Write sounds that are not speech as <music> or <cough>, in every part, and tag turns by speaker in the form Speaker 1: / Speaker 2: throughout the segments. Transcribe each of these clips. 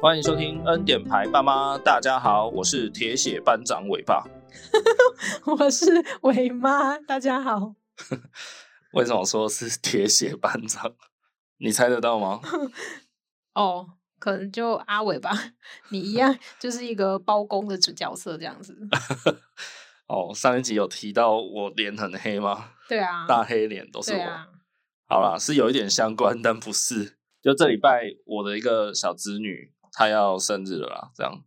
Speaker 1: 欢迎收听恩典牌爸妈，大家好，我是铁血班长尾巴。
Speaker 2: 我是 <laughs> 伟妈，大家好。
Speaker 1: 为什么说是铁血班长？你猜得到
Speaker 2: <laughs>
Speaker 1: 吗？
Speaker 2: 哦，可能就阿伟吧，你一样就是一个包公的角色这样子。
Speaker 1: 哦，上一集有提到我脸很黑吗？
Speaker 2: 对啊，
Speaker 1: 大黑脸都是
Speaker 2: 对
Speaker 1: 我。
Speaker 2: 啊，
Speaker 1: 好啦，是有一点相关，但不是。就这礼拜，我的一个小侄女她要生日了啦，这样，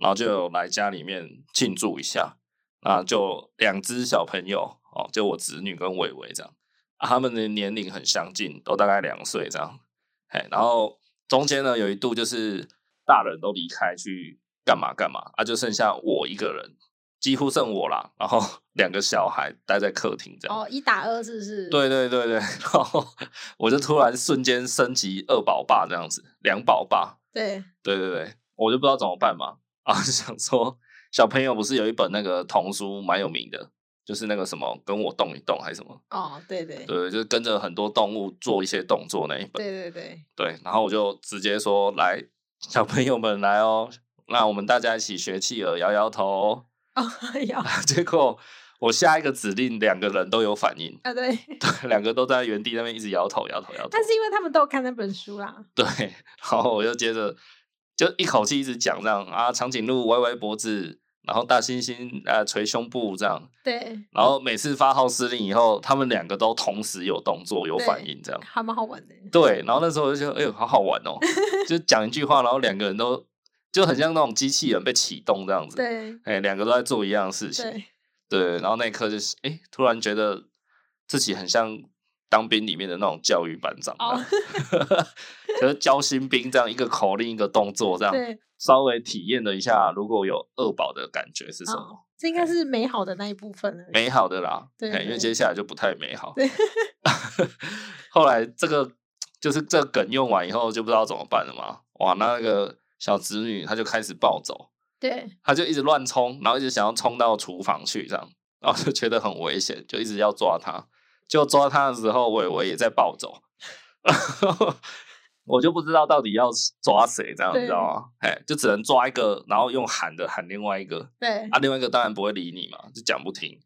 Speaker 1: 然后就有来家里面庆祝一下。那就两只小朋友哦，就我侄女跟伟伟这样，啊、他们的年龄很相近，都大概两岁这样。哎，然后中间呢有一度就是大人都离开去干嘛干嘛，啊，就剩下我一个人，几乎剩我啦，然后两个小孩待在客厅这样。
Speaker 2: 哦，一打二是不是？
Speaker 1: 对对对 <laughs> 对，然后我就突然瞬间升级二宝爸这样子，两宝爸，
Speaker 2: 对
Speaker 1: 对对对，我就不知道怎么办嘛，啊，想说小朋友不是有一本那个童书蛮有名的，就是那个什么跟我动一动还是什么，
Speaker 2: 哦，对对对
Speaker 1: 对，就是跟着很多动物做一些动作那一本，
Speaker 2: 对对，
Speaker 1: 对，然后我就直接说来，小朋友们来哦，那我们大家一起学企鹅，摇摇头， <laughs>
Speaker 2: 哦，要
Speaker 1: 结果我下一个指令两个人都有反应，<laughs>
Speaker 2: 啊对，
Speaker 1: 对，两个都在原地那边一直摇头摇头摇头，
Speaker 2: 但是因为他们都有看那本书啦。
Speaker 1: 对，然后我就接着就一口气一直讲这样啊，长颈鹿歪歪脖子，然后大猩猩啊捶胸部这样，
Speaker 2: 对，
Speaker 1: 然后每次发号施令以后，他们两个都同时有动作有反
Speaker 2: 对
Speaker 1: 应这样，
Speaker 2: 还蛮好玩的。
Speaker 1: 对，然后那时候我就觉得哎呦好好玩
Speaker 2: <laughs>
Speaker 1: 哦，就讲一句话，然后两个人都就很像那种机器人被启动这样子，
Speaker 2: 对
Speaker 1: 哎，两个都在做一样的事情，
Speaker 2: 对，
Speaker 1: 对，然后那一刻就是哎，突然觉得自己很像。当兵里面的那种教育班长这样，
Speaker 2: 哦， <laughs>
Speaker 1: 可是教新兵这样一个口令一个动作这样，
Speaker 2: 对，
Speaker 1: 稍微体验了一下，如果有二宝的感觉是什么？
Speaker 2: 哦，这应该是美好的那一部分了。
Speaker 1: 哎美好的啦，
Speaker 2: 对
Speaker 1: 嘿因为
Speaker 2: 对
Speaker 1: 接下来就不太美好
Speaker 2: 对。
Speaker 1: <laughs> 后来这个就是这个梗用完以后，就不知道怎么办了嘛。哇，那个小侄女她就开始暴走，
Speaker 2: 对
Speaker 1: 她就一直乱冲，然后一直想要冲到厨房去这样，然后就觉得很危险，就一直要抓她。就抓她的时候，伟伟也在暴走， <laughs> 然后我就不知道到底要抓谁，这样你知道吗？哎，就只能抓一个，然后用喊的喊另外一个。
Speaker 2: 对
Speaker 1: 啊，另外一个当然不会理你嘛，就讲不听，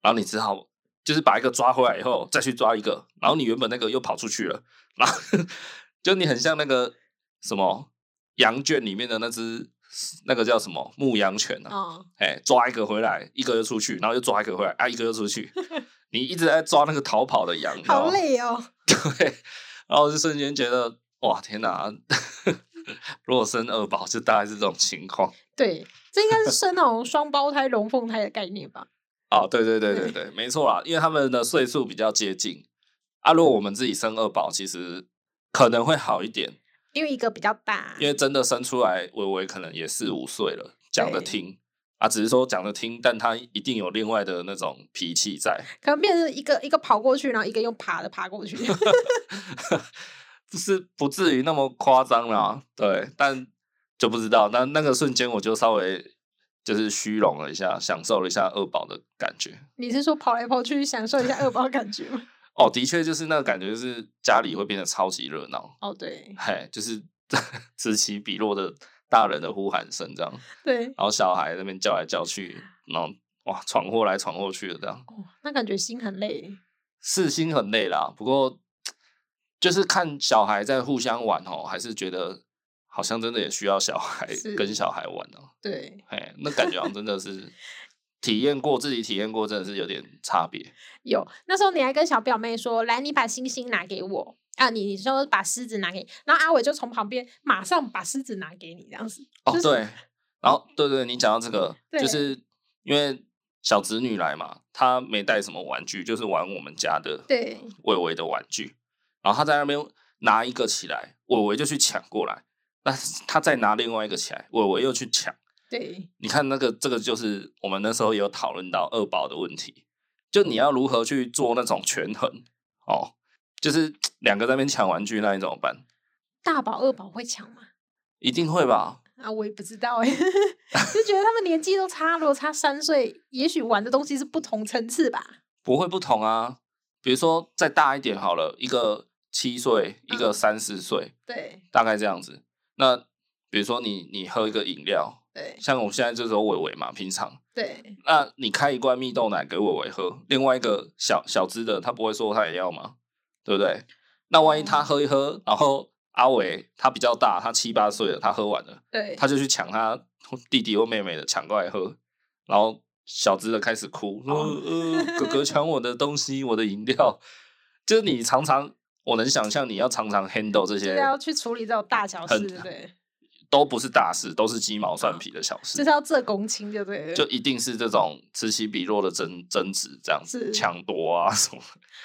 Speaker 1: 然后你只好就是把一个抓回来以后，再去抓一个，然后你原本那个又跑出去了，然后 <laughs> 就你很像那个什么羊圈里面的那只那个叫什么牧羊犬啊，
Speaker 2: 哦，
Speaker 1: 哎、抓一个回来，一个又出去，然后又抓一个回来，啊，一个又出
Speaker 2: <laughs>
Speaker 1: 去，你一直在抓那个逃跑的羊，你知道
Speaker 2: 好
Speaker 1: 吗
Speaker 2: 累哦。 <laughs>
Speaker 1: 对，然后就瞬间觉得哇，天哪！ <laughs> 如果生二宝，就大概是这种情况。
Speaker 2: 对，这应该是生那种双胞胎、龙凤胎的概念吧？
Speaker 1: 哦，对对对对
Speaker 2: 对
Speaker 1: 对，没错啦，因为他们的岁数比较接近啊。如果我们自己生二宝，其实可能会好一点，
Speaker 2: 因为一个比较大，
Speaker 1: 因为真的生出来，微微可能也四五岁了，讲得
Speaker 2: 对
Speaker 1: 听啊，只是说讲得听，但他一定有另外的那种脾气在。 <laughs>
Speaker 2: 可能变成一个一个跑过去，然后一个用爬的爬过 <laughs> 去。
Speaker 1: 就是不至于那么夸张啦，对，但就不知道。但那个瞬间，我就稍微就是虚荣了一下，享受了一下二宝的感觉。
Speaker 2: 你是说跑来跑去享受一下二宝的感觉吗？
Speaker 1: 哦，的确就是那个感觉，就是家里会变得超级热闹，
Speaker 2: <laughs> 哦，对
Speaker 1: 嘿，就是 <laughs> 此起彼落的大人的呼喊声这样，
Speaker 2: <laughs> 对，
Speaker 1: 然后小孩那边叫来叫去，然后哇闯祸来闯祸去的这样，
Speaker 2: 哦，那感觉心很累。
Speaker 1: 四心很累啦。不过就是看小孩在互相玩哦，还是觉得好像真的也需要小孩
Speaker 2: 是
Speaker 1: 跟小孩玩哦、
Speaker 2: 对，
Speaker 1: 哎，那感觉好像真的
Speaker 2: <laughs>
Speaker 1: 是体验过，自己体验过，真的是有点差别。
Speaker 2: 有那时候你还跟小表妹说：“来，你把星星拿给我啊！”你你说把狮子拿给你，然后阿伟就从旁边马上把狮子拿给你，这样子。
Speaker 1: 哦，
Speaker 2: 就是哦
Speaker 1: 对，然后对对，你讲到这个，就
Speaker 2: 对
Speaker 1: 是因为小侄女来嘛，她没带什么玩具，就是玩我们家的
Speaker 2: 对
Speaker 1: 伟伟的玩具，然后她在那边拿一个起来，伟伟就去抢过来，那她再拿另外一个起来，伟伟又去抢。
Speaker 2: 对
Speaker 1: 你看那个，这个就是我们那时候也有讨论到二宝的问题，就
Speaker 2: 嗯
Speaker 1: 你要如何去做那种权衡哦，就是两个在那边抢玩具，那你怎么办？
Speaker 2: 大宝二宝会抢吗？
Speaker 1: 一定会吧？
Speaker 2: 啊，我也不知道哎、 <laughs> 就觉得他们年纪都差，如果差三岁，也许玩的东西是不同层次吧。
Speaker 1: 不会不同啊。比如说再大一点好了，一个七岁，一个
Speaker 2: 嗯
Speaker 1: 三四岁，
Speaker 2: 对
Speaker 1: 大概这样子。那比如说你你喝一个饮料，
Speaker 2: 对
Speaker 1: 像我们现在这时候伟伟嘛，平常
Speaker 2: 对，
Speaker 1: 那你开一罐蜜豆奶给伟伟喝，另外一个小小只的他不会说他也要吗？对不对？那万一他喝一喝，然后阿伟他比较大，他七八岁了，他喝完了，
Speaker 2: 对，
Speaker 1: 他就去抢他弟弟或妹妹的，抢过来喝，然后小只的开始哭，说、
Speaker 2: 哦
Speaker 1: 呃哥
Speaker 2: <laughs>
Speaker 1: 哥抢我的东西，我的饮料。就是你常常，我能想象你要常常 handle 这
Speaker 2: 就
Speaker 1: 些
Speaker 2: 是，要去处理这种大小事，
Speaker 1: 很
Speaker 2: 对不对？
Speaker 1: 都不是大事，都是鸡毛蒜皮的小事。
Speaker 2: 嗯就是要这公卿，对不对了？
Speaker 1: 就一定是这种此起彼落的争争执，这样
Speaker 2: 是
Speaker 1: 子抢夺啊什么，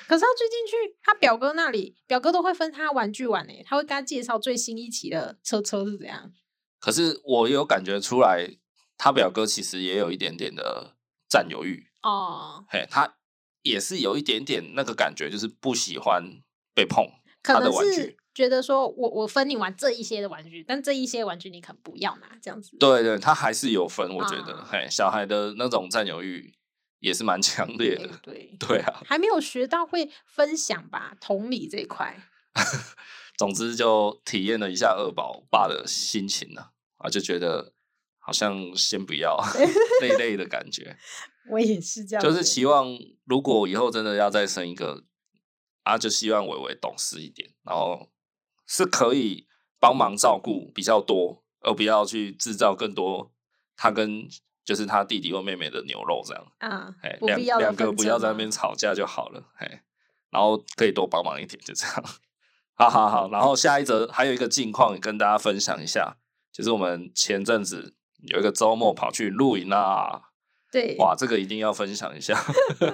Speaker 2: 可是他最近去他表哥那里，表哥都会分他玩具玩诶、欸他会跟他介绍最新一期的车车是怎样。
Speaker 1: 可是我有感觉出来，他表哥其实也有一点点的占有欲，
Speaker 2: 哦，
Speaker 1: 嘿，他也是有一点点那个感觉，就是不喜欢被碰。
Speaker 2: 可
Speaker 1: 他的
Speaker 2: 能
Speaker 1: 玩
Speaker 2: 是
Speaker 1: 具
Speaker 2: 觉得说我我分你玩这一些的玩具，但这一些玩具你可能不要拿，这样子。
Speaker 1: 对对，他还是有分，我觉得，
Speaker 2: 啊
Speaker 1: 嘿，小孩的那种占有欲也是蛮 <laughs> 强烈
Speaker 2: 诶
Speaker 1: 的。
Speaker 2: 对，
Speaker 1: 对啊， <laughs>
Speaker 2: 还没有学到会分享吧，同理这一块。
Speaker 1: 总之就体验了一下二宝爸的心情呢、啊，就觉得好像先不
Speaker 2: <laughs>
Speaker 1: 要那一类的感觉。
Speaker 2: 我也是这样子，
Speaker 1: 就是期望，如果我以后真的要再生一个，啊，就希望伟伟懂事一点，然后是可以帮忙照顾比较多，而不要去制造更多他跟就是他弟弟或妹妹的牛肉这样。
Speaker 2: 啊
Speaker 1: 哎，，
Speaker 2: 不
Speaker 1: 两
Speaker 2: 必要的
Speaker 1: 两个
Speaker 2: 纷
Speaker 1: 不
Speaker 2: 争
Speaker 1: 要在那
Speaker 2: 嘛
Speaker 1: 边吵架就好了，哎，然后可以多帮忙一点，就这样。好好好，然后下一则还有一个近况也跟大家分享一下，就是我们前阵子有一个周末跑去露营啊，
Speaker 2: 对，
Speaker 1: 哇，这个一定要分享一下。 <laughs>
Speaker 2: 因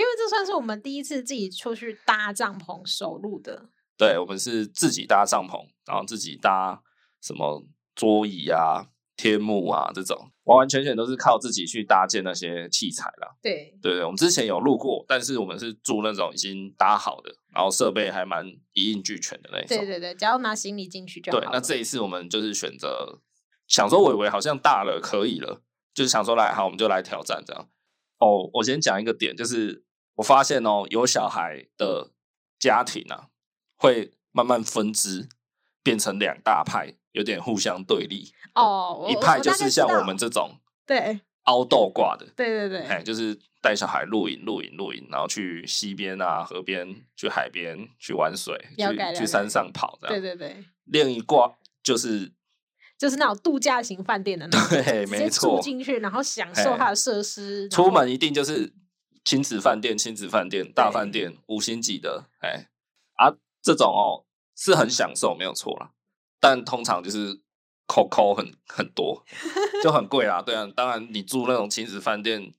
Speaker 2: 为这算是我们第一次自己出去搭帐篷首录的，
Speaker 1: 对，我们是自己搭帐篷，然后自己搭什么桌椅啊、天幕啊这种，完完全全都是靠自己去搭建那些器材啦。
Speaker 2: 对，
Speaker 1: 对对，我们之前有录过，但是我们是住那种已经搭好的，然后设备还蛮一应俱全的那一种。
Speaker 2: 对对对，只要拿行李进去就好
Speaker 1: 对
Speaker 2: 了。
Speaker 1: 那这一次我们就是选择想说，伟伟好像大了，可以了，就是想说来好，我们就来挑战这样。哦，我先讲一个点，就是我发现哦，有小孩的家庭啊，会慢慢分支，变成两大派，有点互相对立。
Speaker 2: 哦，我
Speaker 1: 一
Speaker 2: 我
Speaker 1: 派
Speaker 2: 我
Speaker 1: 就
Speaker 2: 大
Speaker 1: 是
Speaker 2: 概知
Speaker 1: 像我
Speaker 2: 道
Speaker 1: 们这种
Speaker 2: 对
Speaker 1: 凹豆挂的，
Speaker 2: 对对
Speaker 1: 哎，
Speaker 2: 对
Speaker 1: 就是带小孩露营、露营、露营，然后去溪边啊、河边、去海边、去玩水、
Speaker 2: 了解了
Speaker 1: 去
Speaker 2: 解
Speaker 1: 去山上跑这样。
Speaker 2: 对对对，
Speaker 1: 另一挂就是
Speaker 2: 就是那种度假型饭店的那种，
Speaker 1: 对
Speaker 2: 直
Speaker 1: 没
Speaker 2: 接住
Speaker 1: 错
Speaker 2: 进去，然后享受
Speaker 1: 哎
Speaker 2: 它的设施，
Speaker 1: 出
Speaker 2: 然后
Speaker 1: 门一定就是亲子饭店、亲子饭店、大饭店、五星级的，哎啊，这种哦是很享受，没有错啦。但通常就是扣扣很很多，就很贵啦。对啊，当然你住那种亲子饭店，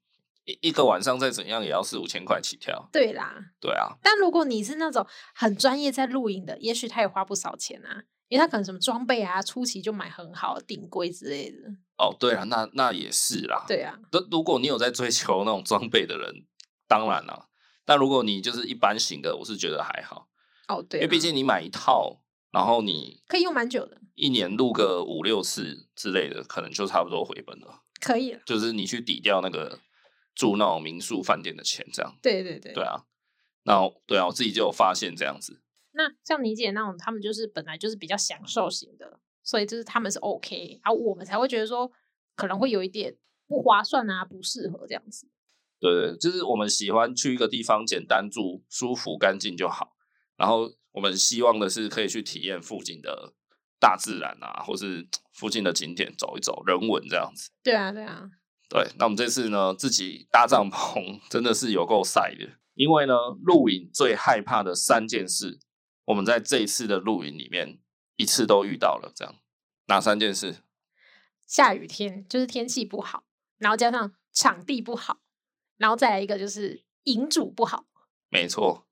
Speaker 1: 一一个晚上再怎样也要四五千块起跳。
Speaker 2: 对啦。
Speaker 1: 对啊，
Speaker 2: 但如果你是那种很专业在露营的，也许他也花不少钱啊，因为他可能什么装备啊，初期就买很好的顶规之类的。
Speaker 1: 哦对啊，那那也是啦。，
Speaker 2: 对啊，
Speaker 1: 如如果你有在追求那种装备的人，当然啦。但如果你就是一般型的，我是觉得还好，
Speaker 2: 哦对
Speaker 1: 因
Speaker 2: 啊，
Speaker 1: 为毕竟你买一套，然后你
Speaker 2: 可以用蛮久的，
Speaker 1: 一年录个五六次之类的，可能就差不多回本了。
Speaker 2: 可以了。
Speaker 1: 就是你去抵掉那个住那种民宿饭店的钱，这样
Speaker 2: 对对对
Speaker 1: 对啊。那我对啊，我自己就有发现这样子，
Speaker 2: 那像你姐那种，他们就是本来就是比较享受型的，所以就是他们是 OK，啊，我们才会觉得说可能会有一点不划算啊，不适合这样子。
Speaker 1: 对对，就是我们喜欢去一个地方简单住、舒服、干净就好。然后我们希望的是可以去体验附近的大自然啊，或是附近的景点走一走，人文这样子。
Speaker 2: 对啊，对啊，
Speaker 1: 对，那我们这次呢，自己搭帐篷真的是有够晒的，因为呢，露营最害怕的三件事，我们在这一次的露营里面一次都遇到了。这样，哪三件事？
Speaker 2: 下雨天就是天气不好，然后加上场地不好，然后再来一个就是营主不好。
Speaker 1: 没错，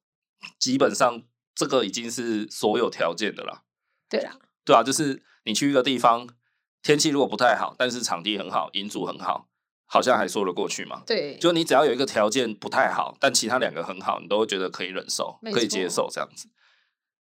Speaker 1: 基本上这个已经是所有条件的啦。
Speaker 2: 对啦，
Speaker 1: 对啊，就是你去一个地方，天气如果不太好，但是场地很好，营主很好，好像还说得过去嘛。
Speaker 2: 对，
Speaker 1: 就你只要有一个条件不太好，但其他两个很好，你都会觉得可以忍受
Speaker 2: 没，
Speaker 1: 可以
Speaker 2: 错
Speaker 1: 接受这样子。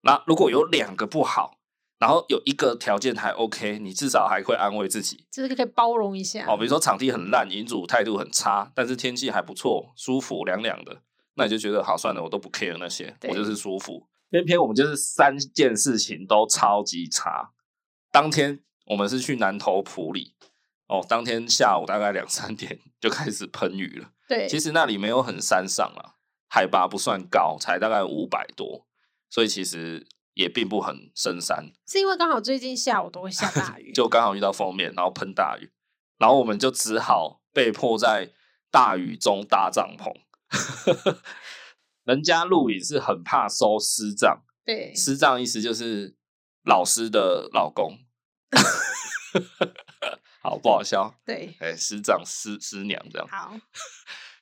Speaker 1: 那如果有两个不好，然后有一个条件还 OK，你至少还会安慰自己
Speaker 2: 就是可以包容一下。
Speaker 1: 哦。比如说场地很烂，银主态度很差，但是天气还不错，舒服凉凉的，那你就觉得好算了，我都不 care 那些，
Speaker 2: 对
Speaker 1: 我就是舒服。偏偏我们就是三件事情都超级差，当天。我们是去南投埔里，哦，当天下午大概两三点 <laughs> 就开始喷雨了。
Speaker 2: 对，
Speaker 1: 其实那里没有很山上啦，海拔不算高，才大概五百多，所以其实也并不很深山，
Speaker 2: 是因为刚好最近下午都会下大
Speaker 1: <laughs>
Speaker 2: 雨，
Speaker 1: 就刚好遇到封面，然后喷大雨，然后我们就只好被迫在大雨中搭帐篷。 <laughs> 人家露营是很怕收湿帐，
Speaker 2: 对，
Speaker 1: 师丈意思就是老师的老公， <laughs> 好不好笑？
Speaker 2: 对，
Speaker 1: 哎、师丈、师师娘这样，
Speaker 2: 好，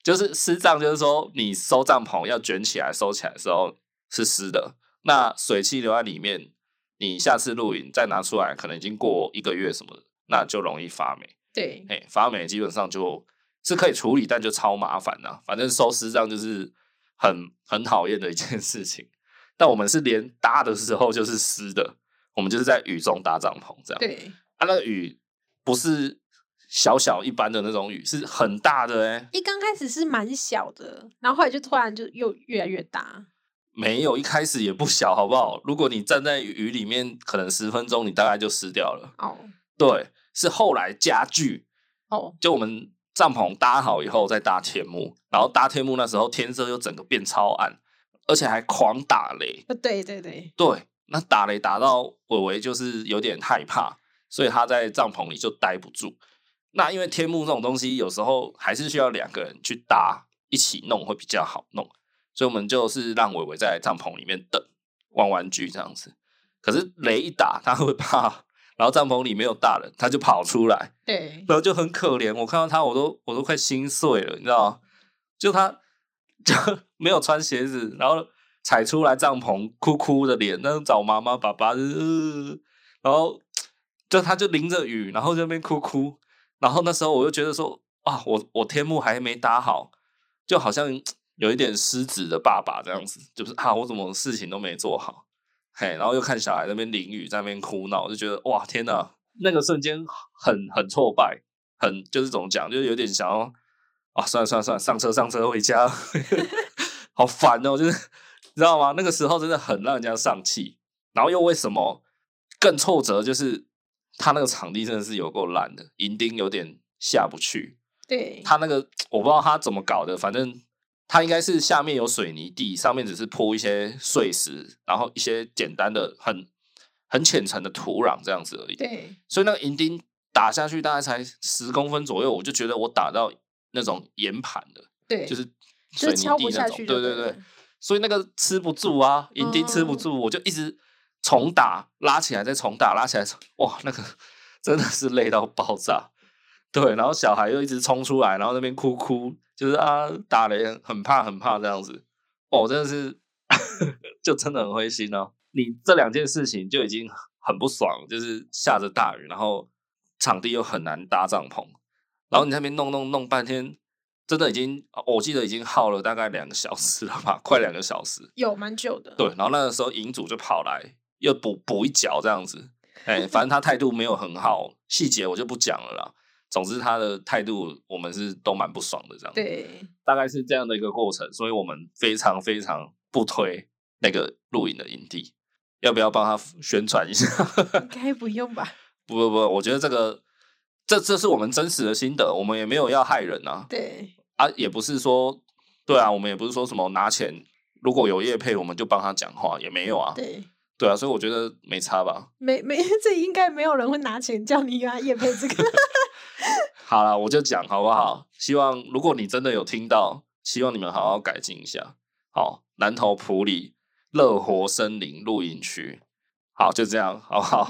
Speaker 1: 就是师丈，就是说你收帐篷要卷起来收起来的时候是湿的，那水汽留在里面，你下次露营再拿出来，可能已经过一个月什么的，那就容易发霉。
Speaker 2: 对，
Speaker 1: 哎、发霉基本上就是可以处理，但就超麻烦啦、反正收尸障就是很很讨厌的一件事情。但我们是连搭的时候就是湿的，我们就是在雨中搭帐篷这样。
Speaker 2: 对，
Speaker 1: 啊，那个雨不是小小一般的那种雨，是很大的哎、
Speaker 2: 一刚开始是蛮小的，然后后来就突然就又越来越大，
Speaker 1: 没有一开始也不小，好不好？如果你站在雨里面，可能十分钟你大概就湿掉了。
Speaker 2: 哦
Speaker 1: 对，是后来加剧，
Speaker 2: 哦，
Speaker 1: 就我们帐篷搭好以后再搭天幕，然后搭天幕那时候天色又整个变超暗，而且还狂打雷。
Speaker 2: 呃对对对，
Speaker 1: 对，那打雷打到伟伟就是有点害怕，所以他在帐篷里就待不住。那因为天幕这种东西，有时候还是需要两个人去搭一起弄会比较好弄，所以我们就是让伟伟在帐篷里面等玩玩具这样子。可是雷一打，他会怕，然后帐篷里没有大人，他就跑出来，
Speaker 2: 对，
Speaker 1: 然后就很可怜，我看到他我都我都快心碎了，你知道吗？就他就 <laughs> 没有穿鞋子，然后踩出来帐篷，哭哭的脸，那种找妈妈爸爸，就是呃然后就他就淋着雨，然后在那边哭哭，然后那时候我就觉得说，啊，我我天幕还没搭好，就好像有一点失职的爸爸这样子，就是啊，我怎么事情都没做好，嘿，然后又看小孩那边淋雨，在那边哭闹，我就觉得哇，天哪，那个瞬间很很挫败，很就是怎么讲，就是有点想要啊，算了算了算了，上车上车回家，好烦哦，就是你知道吗？那个时候真的很让人家上气，然后又为什么更挫折？就是他那个场地真的是有够烂的，银钉有点下不去，
Speaker 2: 对，
Speaker 1: 他那个我不知道他怎么搞的，反正他应该是下面有水泥地，上面只是铺一些碎石，然后一些简单的很很浅层的土壤这样子而已。
Speaker 2: 对，
Speaker 1: 所以那个银钉打下去大概才十公分左右，我就觉得我打到那种岩盘的，
Speaker 2: 对，
Speaker 1: 就是
Speaker 2: 就
Speaker 1: 水
Speaker 2: 是
Speaker 1: 泥
Speaker 2: 敲
Speaker 1: 地
Speaker 2: 不
Speaker 1: 那
Speaker 2: 下
Speaker 1: 种。
Speaker 2: 去，
Speaker 1: 对对对，，所以那个吃不住啊，银钉
Speaker 2: 哦
Speaker 1: 吃不住，我就一直重打，拉起来再重打，拉起来，哇，那个 <laughs> 真的是累到爆炸。对，然后小孩又一直冲出来，然后那边哭哭，就是啊，打雷很怕很怕这样子。哦，真的是， <laughs> 就真的很灰心哦。你这两件事情就已经很不爽，就是下着大雨，然后场地又很难搭帐篷，然后你那边弄弄弄半天，真的已经，呃我记得已经耗了大概两个小时了吧，快两个小时。
Speaker 2: 有蛮久的，
Speaker 1: 对，然后那个时候营主就跑来又补补一脚这样子，哎、反正他态度没有很好，细节我就不讲了啦。总之他的态度我们是都蛮不爽的这样，，
Speaker 2: <laughs> 对
Speaker 1: 大概是这样的一个过程，所以我们非常非常不推那个露营的营地，要不要帮他宣传一下？ <laughs>
Speaker 2: 应该不用 <laughs> 吧？
Speaker 1: 不不不，我觉得这个这这是我们真实的心得，我们也没有要害人啊，
Speaker 2: 对
Speaker 1: 啊，也不是说，对啊，我们也不是说什么拿钱，如果有业配我们就帮他讲话，也没有啊，
Speaker 2: 对，
Speaker 1: 对啊，所以我觉得没差吧。
Speaker 2: 没没，这应该没有人会拿钱叫你来夜配这个，
Speaker 1: 好了，我就讲好不好？希望如果你真的有听到，希望你们好好改进一下。好，南投埔里乐活森林露营区，好，就这样，好不好？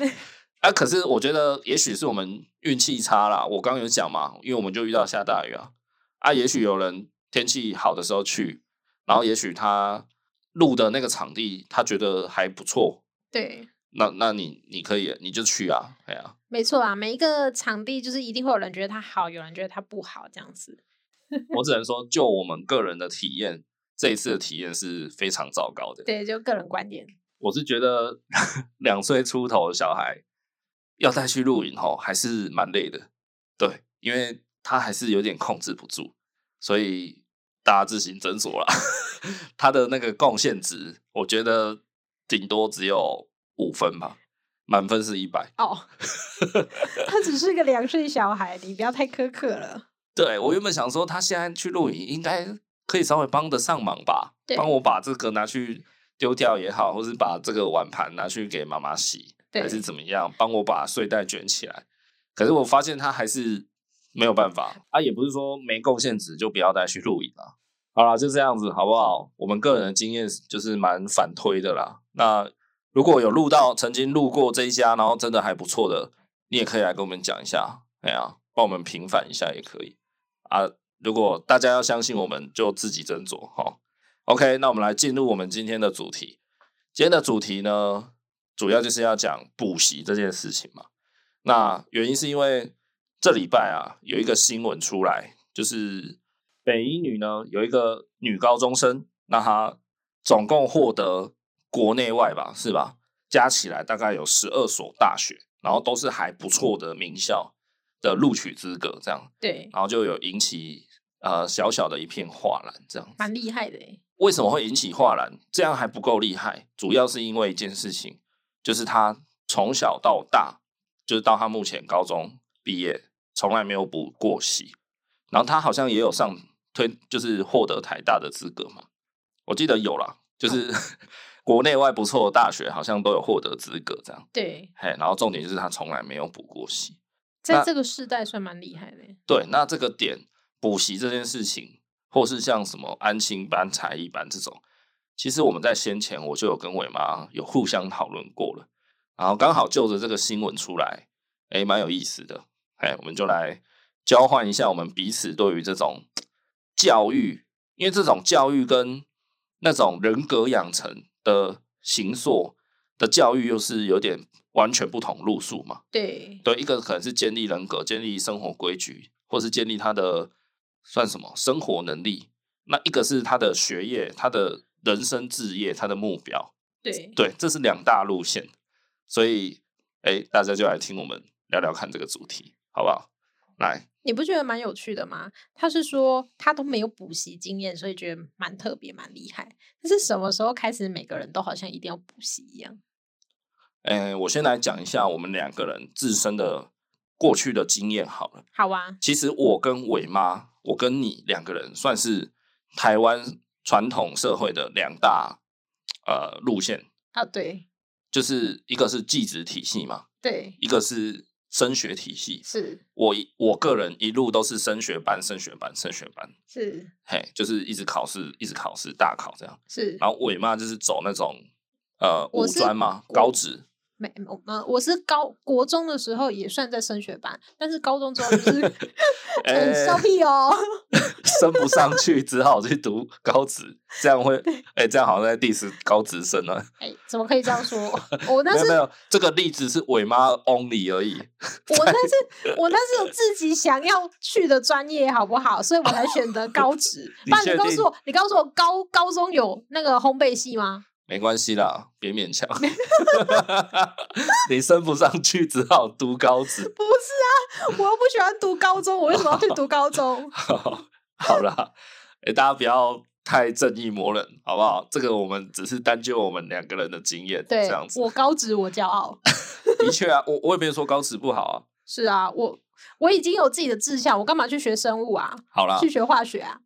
Speaker 1: 啊，可是我觉得也许是我们运气差啦。我刚刚有讲嘛，因为我们就遇到下大雨啊。啊，也许有人天气好的时候去，然后也许他录的那个场地他觉得还不错，
Speaker 2: <laughs> 对。
Speaker 1: 那那你你可以你就去啊，哎呀、
Speaker 2: 没错啊，每一个场地就是一定会有人觉得它好，有人觉得它不好，这样子。
Speaker 1: 我只能说，就我们个人的体验，这一次的体验是非常糟糕的。
Speaker 2: 对，就个人观点。
Speaker 1: 我是觉得两岁出头的小孩要再去露营吼，还是蛮累的。对，因为他还是有点控制不住，所以大家自行斟酌啦。 <laughs> 他的那个贡献值，我觉得顶多只有五分吧，满分是一百。
Speaker 2: 哦， <laughs> 他只是个两岁小孩，你不要太苛刻了。
Speaker 1: 对我原本想说，他现在去露营应该可以稍微帮得上忙吧
Speaker 2: 对，
Speaker 1: 帮我把这个拿去丢掉也好，或是把这个碗盘拿去给妈妈洗，
Speaker 2: 对
Speaker 1: 还是怎么样，帮我把睡袋卷起来。可是我发现他还是没有办法，啊，也不是说没贡献值就不要再去露营了。好啦，就这样子好不好？我们个人的经验是就是蛮反推的啦。那如果有录到曾经录过这一家，然后真的还不错的，你也可以来跟我们讲一下，哎呀、帮我们平反一下也可以。啊，如果大家要相信我们，就自己斟酌哈、齁 OK，那我们来进入我们今天的主题。今天的主题呢，主要就是要讲补习这件事情嘛。那原因是因为这礼拜啊有一个新闻出来，就是北一女呢有一个女高中生，那她总共获得国内外吧，是吧？加起来大概有十二所大学，然后都是还不错的名校的录取资格，这样。
Speaker 2: 对，
Speaker 1: 然后就有引起呃小小的一片哗然。这样
Speaker 2: 蛮厉害的欸
Speaker 1: 为什么会引起哗然？这样还不够厉害，主要是因为一件事情，就是他从小到大，就是到他目前高中毕业，从来没有补过习。然后他好像也有上推，就是获得台大的资格嘛，我记得有啦，就是 <laughs> 国内外不错的大学好像都有获得资格这样。
Speaker 2: 对，
Speaker 1: 嘿，然后重点就是他从来没有补过习。
Speaker 2: 在
Speaker 1: 那
Speaker 2: 这个世代算蛮厉害的欸。
Speaker 1: 对，那这个点补习这件事情，或是像什么安亲班、才艺班这种，其实我们在先前我就有跟伟妈有互相讨论过了，然后刚好就着这个新闻出来，诶，蛮有意思的，哎，我们就来交换一下我们彼此对于这种教育，因为这种教育跟那种人格养成的形塑的教育又是有点完全不同路数嘛。
Speaker 2: 对，
Speaker 1: 对，一个可能是建立人格、建立生活规矩，或是建立他的算什么生活能力；那一个是他的学业、他的人生置业、他的目标。
Speaker 2: 对，
Speaker 1: 对，这是两大路线。所以，哎，大家就来听我们聊聊看这个主题，好不好？来，
Speaker 2: 你不觉得蛮有趣的吗？他是说他都没有补习经验，所以觉得蛮特别、蛮厉害。但是什么时候开始，每个人都好像一定要补习一样？
Speaker 1: 哎，我先来讲一下我们两个人自身的过去的经验好了。
Speaker 2: 好啊，
Speaker 1: 其实我跟伟妈，我跟你两个人算是台湾传统社会的两大呃路线，
Speaker 2: 啊，对
Speaker 1: 就是一个是技职体系嘛，
Speaker 2: 对
Speaker 1: 一个是升学体系。
Speaker 2: 是
Speaker 1: 我一我个人一路都是升学班、升学班、升学班，
Speaker 2: 是
Speaker 1: 嘿，就是一直考试、一直考试、大考这样。
Speaker 2: 是，
Speaker 1: 然后伟妈就是走那种呃
Speaker 2: 我
Speaker 1: 五
Speaker 2: 是
Speaker 1: 专嘛，
Speaker 2: 国
Speaker 1: 高职。
Speaker 2: 没我们我是高国中的时候也算在升学班，但是高中之后就是 <laughs> 很
Speaker 1: 哎
Speaker 2: 骚屁哦， <laughs>
Speaker 1: 升不上去，只好去读高职，这样
Speaker 2: <laughs>
Speaker 1: 会，哎、这样好像在 diss 高职生啊。
Speaker 2: 哎，怎么可以这 <laughs> 样说？我那
Speaker 1: 没有没
Speaker 2: 是
Speaker 1: 有，这个例子是伟妈 only 而已。
Speaker 2: 我那是我那
Speaker 1: 呃
Speaker 2: 是有自己想要去的专业，好不好？所以我才选
Speaker 1: <laughs>。
Speaker 2: 择高职
Speaker 1: 你
Speaker 2: 不然
Speaker 1: 确
Speaker 2: 你告
Speaker 1: 定
Speaker 2: 诉我，你告诉我高高中有那个烘焙系吗？
Speaker 1: 没关系啦，别勉
Speaker 2: <laughs>
Speaker 1: 强。 <laughs> 你升不上去，只好读高职。？
Speaker 2: 不是啊，我又不喜欢读高中，我为什么要去读高中
Speaker 1: <laughs> 好，好啦，哎、大家不要太正义魔人，好不好？这个我们只是单就我们两个人的经验，
Speaker 2: 对
Speaker 1: 这样，子。
Speaker 2: 我高职我骄傲。
Speaker 1: 的确啊，我我也没有说高职不好啊。
Speaker 2: 是啊，我我已经有自己的志向，我干嘛去学生物啊？
Speaker 1: 好啦，
Speaker 2: 去学化学啊？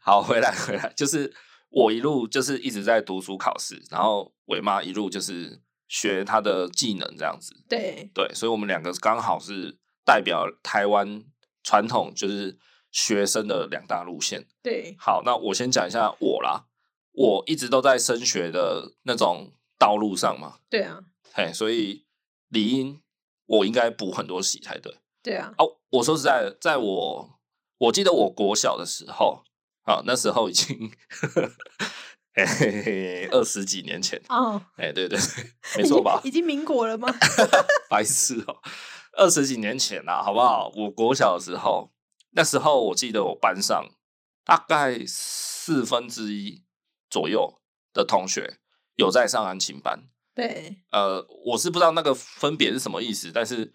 Speaker 1: 好，回来回来，就是我一路就是一直在读书考试，然后伟妈一路就是学她的技能这样子。
Speaker 2: 对
Speaker 1: 对，所以我们两个刚好是代表台湾传统就是学生的两大路线。
Speaker 2: 对
Speaker 1: 好，那我先讲一下我啦，我一直都在升学的那种道路上嘛，
Speaker 2: 对啊，
Speaker 1: 嘿，所以理应我应该补很多习才对。
Speaker 2: 对啊，
Speaker 1: 哦，我说实在的，在我我记得我国小的时候，啊，那时候已经 <laughs> 嘿嘿嘿二十几年前，
Speaker 2: 哦，
Speaker 1: 哎，对对对，没错吧？
Speaker 2: 已经民
Speaker 1: <laughs>
Speaker 2: 国了吗？
Speaker 1: 白痴哦、二十几年前啦、好不好？我国小的时候，那时候我记得我班上大概四分之一左右的同学有在上安琴班。
Speaker 2: 对
Speaker 1: 呃，我是不知道那个分别是什么意思，但是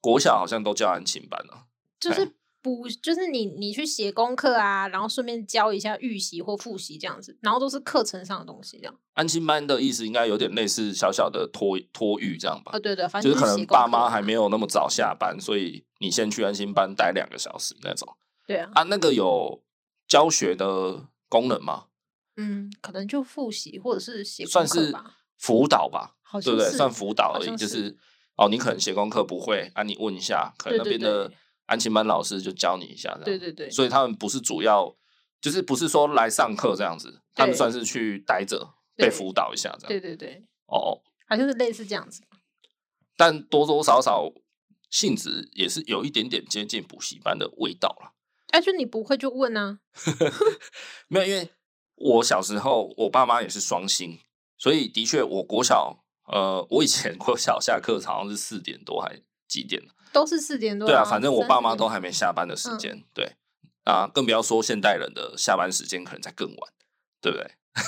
Speaker 1: 国小好像都叫安琴班了、
Speaker 2: 就是补，就是你你去写功课啊，然后顺便教一下预习或复习这样子，然后都是课程上的东西这样。
Speaker 1: 安心班的意思应该有点类似小小的托托育这样吧
Speaker 2: 啊，，对对，反
Speaker 1: 就
Speaker 2: 正
Speaker 1: 是可
Speaker 2: 写
Speaker 1: 能
Speaker 2: 功
Speaker 1: 爸
Speaker 2: 课
Speaker 1: 妈
Speaker 2: 啊
Speaker 1: 还没有那么早下班，所以你先去安心班待两个小时那种
Speaker 2: 对啊，
Speaker 1: 啊。那个有教学的功能吗？
Speaker 2: 嗯，可能就复习或者是写功
Speaker 1: 算
Speaker 2: 课
Speaker 1: 是
Speaker 2: 吧。
Speaker 1: 辅导吧，
Speaker 2: 好
Speaker 1: 对
Speaker 2: 像
Speaker 1: 不对？
Speaker 2: 是
Speaker 1: 算辅导而
Speaker 2: 好
Speaker 1: 已，
Speaker 2: 像
Speaker 1: 就是是哦，你可能写功课不会啊，你问一下，可能
Speaker 2: 对
Speaker 1: 那
Speaker 2: 对
Speaker 1: 边的
Speaker 2: 对
Speaker 1: 安亲班老师就教你一下，这样。
Speaker 2: 对对对，
Speaker 1: 所以他们不是主要，就是不是说来上课这样子，他们
Speaker 2: 对
Speaker 1: 算是去待着
Speaker 2: 对
Speaker 1: 被辅导一下这
Speaker 2: 对
Speaker 1: 样。
Speaker 2: 对对，
Speaker 1: 哦，
Speaker 2: 好像是类似这样子。
Speaker 1: 但多多少少性质也是有一点点接近补习班的味道啦。
Speaker 2: 哎、就你不会就问啊，
Speaker 1: 没有，因为我小时候我爸妈也是双薪，所以的确我国小，呃，我以前国小下课好像是四点多还几点
Speaker 2: 都是四点多。
Speaker 1: 对啊，
Speaker 2: 然后
Speaker 1: 反正我
Speaker 2: 三
Speaker 1: 爸
Speaker 2: 四
Speaker 1: 妈
Speaker 2: 点
Speaker 1: 都还没下班的
Speaker 2: 嗯
Speaker 1: 时间，对啊，更不要说现代人的下班时间可能在更晚，对不对？ <laughs>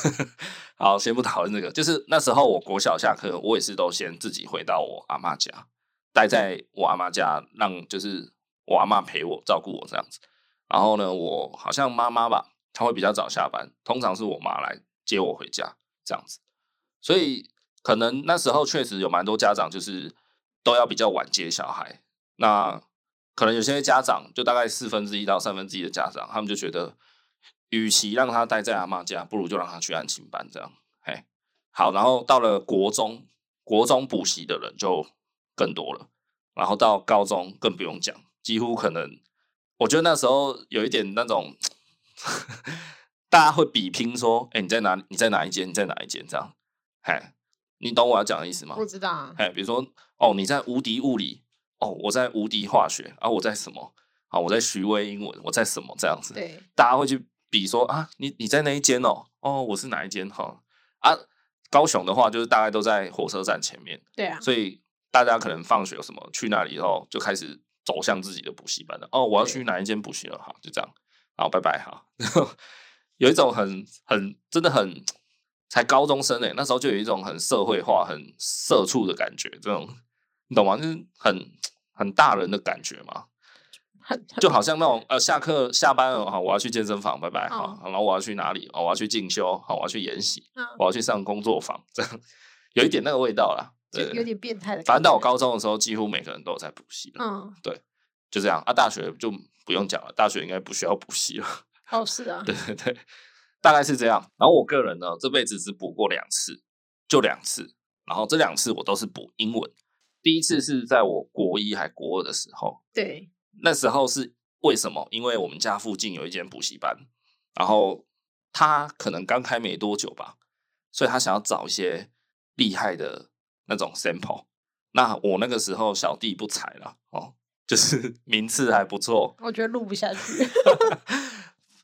Speaker 1: 好，先不讨论这个，就是那时候我国小下课，我也是都先自己回到我阿妈家，
Speaker 2: 嗯
Speaker 1: 待在我阿妈家，让就是我阿妈陪我照顾我这样子。然后呢，我好像妈妈吧，她会比较早下班，通常是我妈来接我回家这样子。所以可能那时候确实有蛮多家长就是都要比较晚接小孩，那可能有些家长就大概四分之一到三分之一的家长，他们就觉得，与其让他待在阿妈家，不如就让他去安亲班这样。嘿，好，然后到了国中，国中补习的人就更多了，然后到高中更不用讲，几乎可能，我觉得那时候有一点那种。 <laughs> 大家会比拼说，哎、你在哪？你在哪一间？你在哪一间？这样，嘿，你懂我要讲的意思吗？
Speaker 2: 我知道啊，
Speaker 1: 哎，比如说哦，你在无敌物理，哦，我在无敌化学，啊，我在什么？啊，我在徐威英文，我在什么这样子？
Speaker 2: 对，
Speaker 1: 大家会去比说啊，你你在那一间哦，哦，我是哪一间哈、啊，高雄的话就是大概都在火车站前面，
Speaker 2: 对啊，
Speaker 1: 所以大家可能放学有什么去那里以后就开始走向自己的补习班了。哦，我要
Speaker 2: 对
Speaker 1: 去哪一间补习了？好，就这样，好，拜拜，好。 <laughs> 有一种很很真的很才高中生哎、那时候就有一种很社会化、很社畜的感觉，这种你懂吗？就是很很大人的感觉嘛，
Speaker 2: 很很
Speaker 1: 就好像那种呃，下课下班了，好，我要去健身房，拜拜，好
Speaker 2: 嗯，
Speaker 1: 然后我要去哪里？哦，我要去进修，好，我要去研习
Speaker 2: 嗯，
Speaker 1: 我要去上工作坊，这样有一点那个味道啦。
Speaker 2: 就
Speaker 1: 对，对
Speaker 2: 有
Speaker 1: 对
Speaker 2: 点变态的感觉。
Speaker 1: 反正到我高中的时候，几乎每个人都有在补习了，
Speaker 2: 嗯，
Speaker 1: 就这样啊。大学就不用讲了，大学应该不需要补习了。
Speaker 2: 哦是啊，
Speaker 1: 对对对，大概是这样。然后我个人呢，这辈子只补过两次，就两次。然后这两次我都是补英文，第一次是在我国一还国二的时候，
Speaker 2: 对
Speaker 1: 那时候是为什么？因为我们家附近有一间补习班，然后他可能刚开没多久吧，所以他想要找一些厉害的那种 sample。那我那个时候小弟不才了哦，就是 <laughs> 名次还不错。
Speaker 2: 我觉得录不
Speaker 1: <laughs>
Speaker 2: 下去。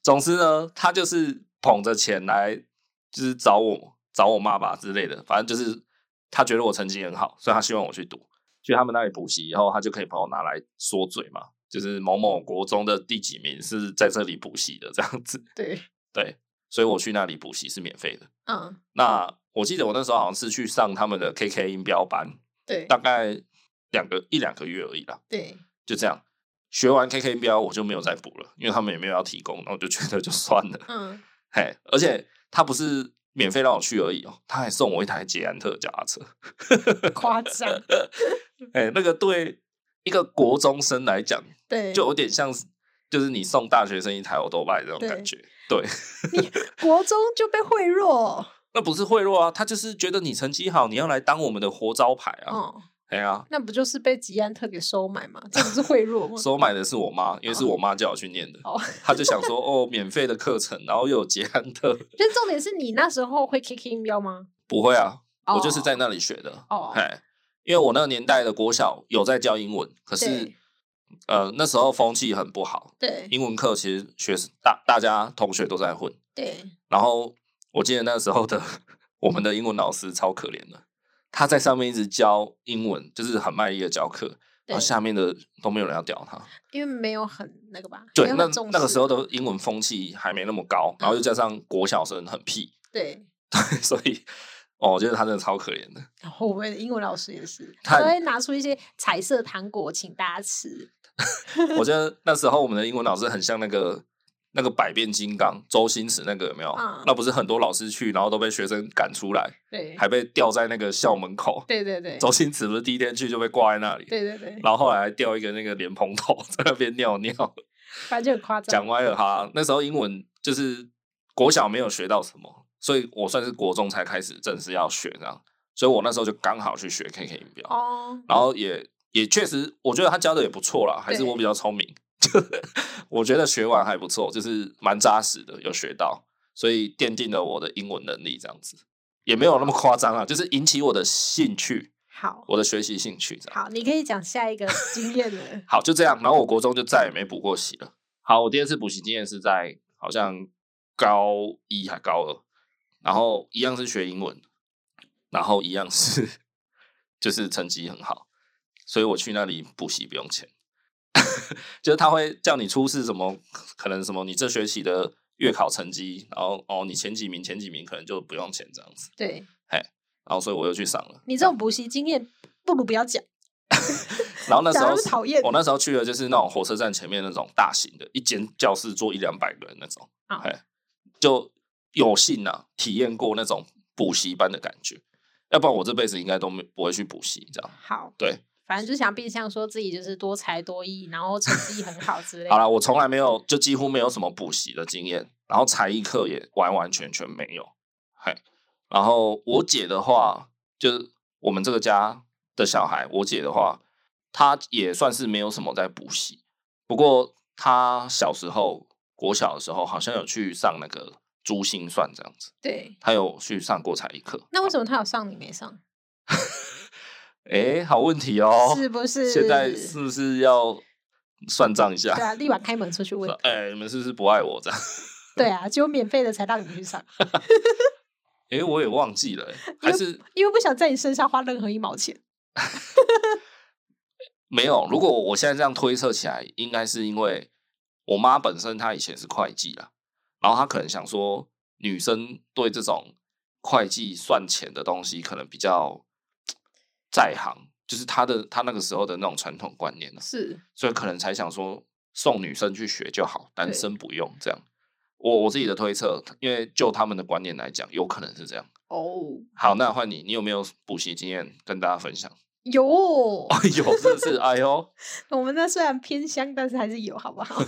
Speaker 1: 总之呢，他就是捧着钱来，就是找我找我妈吧之类的，反正就是他觉得我成绩很好，所以他希望我去读。去他们那里补习以后，他就可以帮我拿来说嘴嘛，就是某某国中的第几名是在这里补习的这样子。
Speaker 2: 对，
Speaker 1: 对，所以我去那里补习是免费的。
Speaker 2: 嗯，
Speaker 1: 那我记得我那时候好像是去上他们的 KK 音标班，
Speaker 2: 对
Speaker 1: 大概两个一两个月而已啦，
Speaker 2: 对，
Speaker 1: 就这样。学完 KK 音标我就没有再补了，因为他们也没有要提供，然后我就觉得就算了。
Speaker 2: 嗯，
Speaker 1: 嘿，而且他不是免费让我去而已哦，他还送我一台捷安特脚踏车。
Speaker 2: 夸张，嗯
Speaker 1: 哎、那个对一个国中生来讲，
Speaker 2: 对，
Speaker 1: 就有点像是就是你送大学生一台欧多拜这种感觉。对， <laughs>
Speaker 2: 国中就被贿赂，
Speaker 1: 那不是贿赂啊，他就是觉得你成绩好，你要来当我们的活招牌啊。
Speaker 2: 哦，
Speaker 1: 哎呀、
Speaker 2: 那不就是被吉安特给收买吗？这不是贿赂
Speaker 1: <laughs>
Speaker 2: 吗？
Speaker 1: 收买的是我妈，因为是我妈叫我去念的。
Speaker 2: 哦，
Speaker 1: 他就想说，哦，免费的课程，然后又有捷安特，
Speaker 2: 就重点是你那时候会 kick in 标吗？
Speaker 1: 不会啊，
Speaker 2: 哦
Speaker 1: 我就是在那里学的。
Speaker 2: 哦
Speaker 1: 哎，因为我那个年代的国小有在教英文，可是
Speaker 2: 对
Speaker 1: 呃那时候风气很不好，
Speaker 2: 对
Speaker 1: 英文课其实学生大大家同学都在混。
Speaker 2: 对，
Speaker 1: 然后我记得那时候的我们的英文老师超可怜的，他在上面一直教英文，就是很卖力的教课，然后
Speaker 2: 对
Speaker 1: 下面的都没有人要屌他。
Speaker 2: 因为没有很那个吧，没
Speaker 1: 对，
Speaker 2: 有
Speaker 1: 那
Speaker 2: 很重
Speaker 1: 那个
Speaker 2: 视嗯
Speaker 1: 时候的英文风气还没那么高，然后又加上国小生很屁， <laughs>
Speaker 2: 对。
Speaker 1: 所以哦，我觉得他真的超可怜的。
Speaker 2: 然后我们的英文老师也是，
Speaker 1: 他
Speaker 2: 他都会拿出一些彩色糖果请大家吃。 <laughs>
Speaker 1: 我觉得那时候我们的英文老师很像那个那个百变金刚周星驰那个有没有？
Speaker 2: 嗯
Speaker 1: 那不是很多老师去，然后都被学生赶出来，
Speaker 2: 对
Speaker 1: 还被吊在那个校门口。
Speaker 2: 对对对
Speaker 1: 周星驰不是第一天去就被挂在那里，
Speaker 2: 对对对，
Speaker 1: 然后后来还吊一个那个莲蓬头 <laughs> 在那边尿尿，
Speaker 2: 反正就很夸张。
Speaker 1: 讲歪了哈。那时候英文就是国小没有学到什么，所以我算是国中才开始正式要学这样，所以我那时候就刚好去学 KK 音标。
Speaker 2: 哦，
Speaker 1: 然后也也确实，我觉得他教的也不错啦，还是
Speaker 2: 对
Speaker 1: 我比较聪明，我觉得学完还不错，就是蛮扎实的，有学到，所以奠定了我的英文能力，这样子也没有那么夸张啊，就是引起我的兴趣，
Speaker 2: 好
Speaker 1: 我的学习兴趣这样。
Speaker 2: 好，你可以讲下一个经验了。
Speaker 1: <laughs> 好，就这样，然后我国中就再也没补过习了。好，我第二次补习经验是在好像高一还高二，然后一样是学英文，然后一样是就是成绩很好，所以我去那里补习不用钱， <laughs> 就是他会叫你出示什么，可能什么你这学期的月考成绩，然后哦你前几名前几名可能就不用钱这样子，
Speaker 2: 对
Speaker 1: 然后所以我又去上了，
Speaker 2: 你这种补习经验，不如不要讲，
Speaker 1: 然后那时
Speaker 2: 讲那
Speaker 1: 候
Speaker 2: 么
Speaker 1: 是
Speaker 2: 讨厌
Speaker 1: 我那时候去的就是那种火车站前面那种大型的，一间教室坐一两百个人那种，
Speaker 2: 啊
Speaker 1: 哎、就有幸啊体验过那种补习班的感觉，要不然我这辈子应该都没不会去补习这样。
Speaker 2: 好，
Speaker 1: 对，
Speaker 2: 反正就想变相说自己就是多才多艺，然后成绩很好之类
Speaker 1: 好
Speaker 2: 的。
Speaker 1: 了，我从来没有就几乎没有什么补习的经验，然后才艺课也完完全全没有，嘿，然后我姐的话，就是我们这个家的小孩，我姐的话，她也算是没有什么在补习，不过她小时候国小的时候好像有去上那个珠心算这样子，
Speaker 2: 对，
Speaker 1: 她有去上过才艺课。
Speaker 2: 那为什么他有上你没上？
Speaker 1: 哎，好问题哦，
Speaker 2: 是不是？
Speaker 1: 现在是不是要算账一
Speaker 2: 对
Speaker 1: 下？
Speaker 2: 啊，立马开门出
Speaker 1: <laughs>
Speaker 2: 去问。
Speaker 1: 哎，你们是不是不爱我这样？
Speaker 2: 对啊，只有免费的才让你去上，
Speaker 1: 诶，我也忘记了、还是
Speaker 2: 因为不想在你身上花任何一毛钱。
Speaker 1: 没有？如果我现在这样推测起来，应该是因为我妈本身她以前是会计啦，然后她可能想说，女生对这种会计算钱的东西可能比较在行，就是她的她那个时候的那种传统观念啊
Speaker 2: 是，
Speaker 1: 所以可能才想说送女生去学就好，男
Speaker 2: 对
Speaker 1: 生不用这样。我我自己的推测，因为就他们的观念来讲，有可能是这样。
Speaker 2: 哦，
Speaker 1: 好，那换你，你有没有补习经验跟大家分享？
Speaker 2: 有， <laughs>
Speaker 1: 哎呦，是不是？哎呦，
Speaker 2: 我们那虽然偏乡，但是还是有，好不好？ <laughs>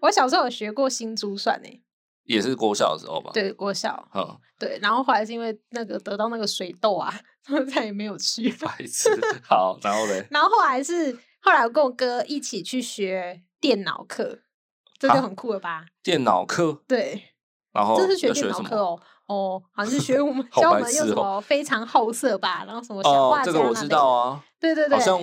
Speaker 2: 我小时候有学过新珠算诶、
Speaker 1: 也是国小的时候吧？，
Speaker 2: 对，国小
Speaker 1: 嗯，
Speaker 2: 对，然后后来是因为那个得到那个水痘啊， <laughs> 然后再也没有去了。
Speaker 1: 白痴。好，然后嘞，
Speaker 2: 然后后来是后来我跟我哥一起去学电脑课，这就
Speaker 1: 啊
Speaker 2: 很酷了吧？
Speaker 1: 电脑课，
Speaker 2: 对，
Speaker 1: 然后
Speaker 2: 这是学
Speaker 1: 要
Speaker 2: 电脑
Speaker 1: 什
Speaker 2: 课
Speaker 1: 么？
Speaker 2: 哦。哦，好像是学我们
Speaker 1: 好
Speaker 2: 教我
Speaker 1: 白
Speaker 2: 们用
Speaker 1: 痴
Speaker 2: 什
Speaker 1: 哦
Speaker 2: 么非常好色吧，然后什么小
Speaker 1: 哦
Speaker 2: 画，家
Speaker 1: 这个我
Speaker 2: 那
Speaker 1: 知
Speaker 2: 类
Speaker 1: 道
Speaker 2: 的。
Speaker 1: 啊，
Speaker 2: 对对对，
Speaker 1: 好像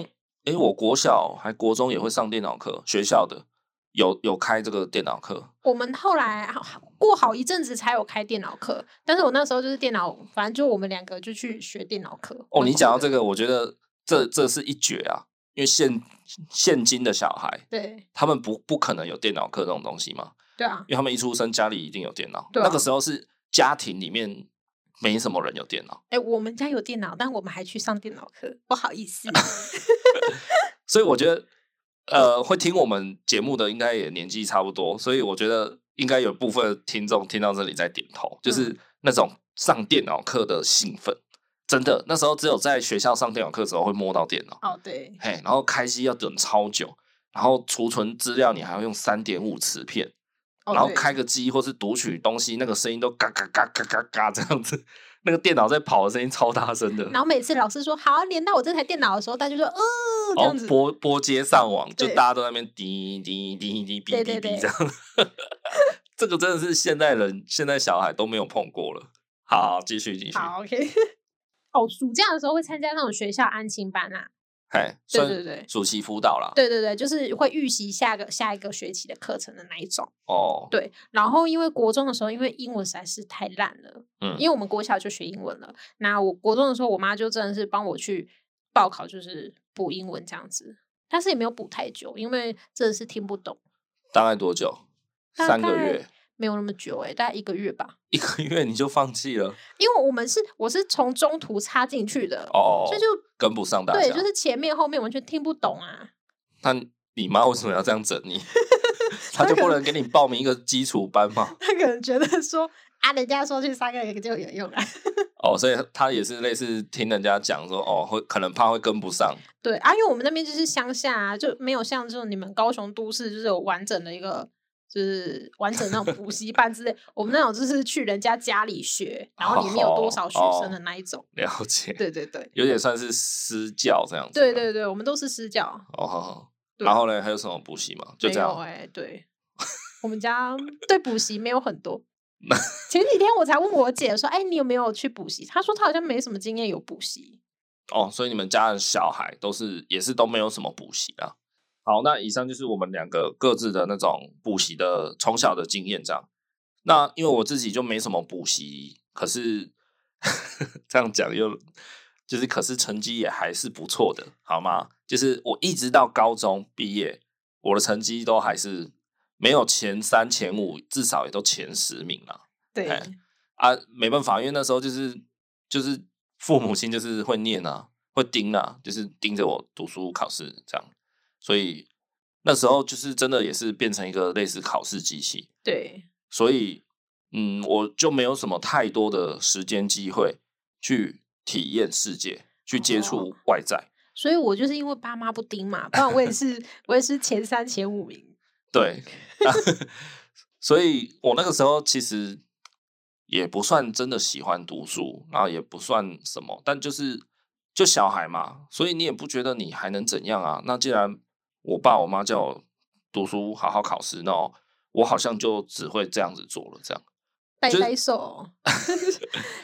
Speaker 1: 哎，我国小还国中也会上电脑课，学校的有有开这个电脑课，
Speaker 2: 我们后来好过好一阵子才有开电脑课，但是我那时候就是电脑，反正就我们两个就去学电脑课。
Speaker 1: 哦，你讲到这
Speaker 2: 个，
Speaker 1: 个，我觉得这这是一绝啊，因为现现今的小孩，
Speaker 2: 对
Speaker 1: 他们不不可能有电脑课这种东西嘛，
Speaker 2: 对啊，
Speaker 1: 因为他们一出生家里一定有电脑，
Speaker 2: 对啊
Speaker 1: 那个时候是家庭里面没什么人有电脑，
Speaker 2: 哎、我们家有电脑，但我们还去上电脑课，不好
Speaker 1: <laughs>
Speaker 2: 意思。
Speaker 1: 所以我觉得，呃，会听我们节目的应该也年纪差不多，所以我觉得应该有部分听众听到这里在点头，
Speaker 2: 嗯
Speaker 1: 就是那种上电脑课的兴奋，真的那时候只有在学校上电脑课的时候会摸到电脑。
Speaker 2: 哦，对，
Speaker 1: 嘿，然后开机要等超久，然后储存资料你还要用三点五磁片，
Speaker 2: 哦
Speaker 1: 然后
Speaker 2: 对
Speaker 1: 开个机或是读取东西，那个声音都嘎嘎嘎嘎嘎嘎这样子，那个电脑在跑的声音超大声的，
Speaker 2: 然后每次老师说好连到我这台电脑的时候，他就说呃这
Speaker 1: 然
Speaker 2: 样
Speaker 1: 后
Speaker 2: 子。
Speaker 1: 哦
Speaker 2: 嗯
Speaker 1: 拨拨接上网，就
Speaker 2: 对
Speaker 1: 大家都在那边滴滴滴滴哔
Speaker 2: 对
Speaker 1: 哔
Speaker 2: 对
Speaker 1: 哔
Speaker 2: 对
Speaker 1: 这样， <laughs> 这个真的是现代人现在小孩都没有碰过了。好，继续继续，
Speaker 2: 好，OK。哦， <laughs> 暑假的时候会参加那种学校安亲班啊，
Speaker 1: 嘿，
Speaker 2: 对
Speaker 1: 算
Speaker 2: 对对
Speaker 1: 暑期辅导啦，
Speaker 2: 对对对，就是会预习下个下一个学期的课程的那一种。
Speaker 1: 哦，
Speaker 2: 对，然后因为国中的时候，因为英文实在是太烂了，
Speaker 1: 嗯
Speaker 2: 因为我们国小就学英文了。那我国中的时候，我妈就真的是帮我去报考，就是补英文这样子，但是也没有补太久，因为真的是听不懂，
Speaker 1: 大概多久？
Speaker 2: 大
Speaker 1: 三个
Speaker 2: 概
Speaker 1: 月，
Speaker 2: 没有那么久诶、欸大概一个月吧。
Speaker 1: 一个月你就放弃了？
Speaker 2: 因为我们是我是从中途插进去的，
Speaker 1: 哦，
Speaker 2: 所以就
Speaker 1: 跟不上大家。
Speaker 2: 对，就是前面后面完全听不懂啊。
Speaker 1: 那你你妈为什么要这样整你？ <laughs> 他就不能给你报名一个基础班吗？
Speaker 2: 他可能觉得说啊，人家说去三个月就有用了。 <laughs>
Speaker 1: 哦，所以他也是类似听人家讲说，哦，会可能怕会跟不上，
Speaker 2: 对啊，因为我们那边就是乡下、啊，就没有像这种你们高雄都市就是有完整的一个。就是完整那种补习班之类，我们那种就是去人家家里学，然后里面有多少学生
Speaker 1: 哦
Speaker 2: 的那一种。
Speaker 1: 了解，
Speaker 2: 对对对，
Speaker 1: 有点算是私教这样子。
Speaker 2: 对，对对，我们都是私教，
Speaker 1: 哦，好好。
Speaker 2: 对
Speaker 1: 然后呢，还有什么补习吗？就
Speaker 2: 没
Speaker 1: 这
Speaker 2: 有
Speaker 1: 样。
Speaker 2: 哎、对，我们家对补习没有
Speaker 1: <laughs>
Speaker 2: 很多。前几天我才问我姐说：“哎、你有没有去补习？”她说她好像没什么经验有补
Speaker 1: <laughs>
Speaker 2: 习。
Speaker 1: 哦，所以你们家的小孩都是也是都没有什么补习啊。好，那以上就是我们两个各自的那种补习的从小的经验，这样。那因为我自己就没什么补习，可是 <laughs> 这样讲又就是，可是成绩也还是不错的，好吗？就是我一直到高中毕业，我的成绩都还是没有前三、前五，至少也都前十名啦。
Speaker 2: 对，
Speaker 1: 哎啊，没办法，因为那时候就是就是父母亲就是会念啊，会盯啊，就是盯着我读书考试这样，所以那时候就是真的也是变成一个类似考试机器，
Speaker 2: 对，
Speaker 1: 所以嗯，我就没有什么太多的时间机会去体验世界，去接触外在。
Speaker 2: 所以我就是因为爸妈不盯嘛，不然我
Speaker 1: <laughs>
Speaker 2: 也是我也是前三前五名。
Speaker 1: 对， <laughs> 所以我那个时候其实也不算真的喜欢读书，然后也不算什么，但就是就小孩嘛，所以你也不觉得你还能怎样啊？那既然我爸我妈叫我读书，好好考试，那我好像就只会这样子做了，这样。
Speaker 2: 呆
Speaker 1: 就是
Speaker 2: 呆兽， <laughs>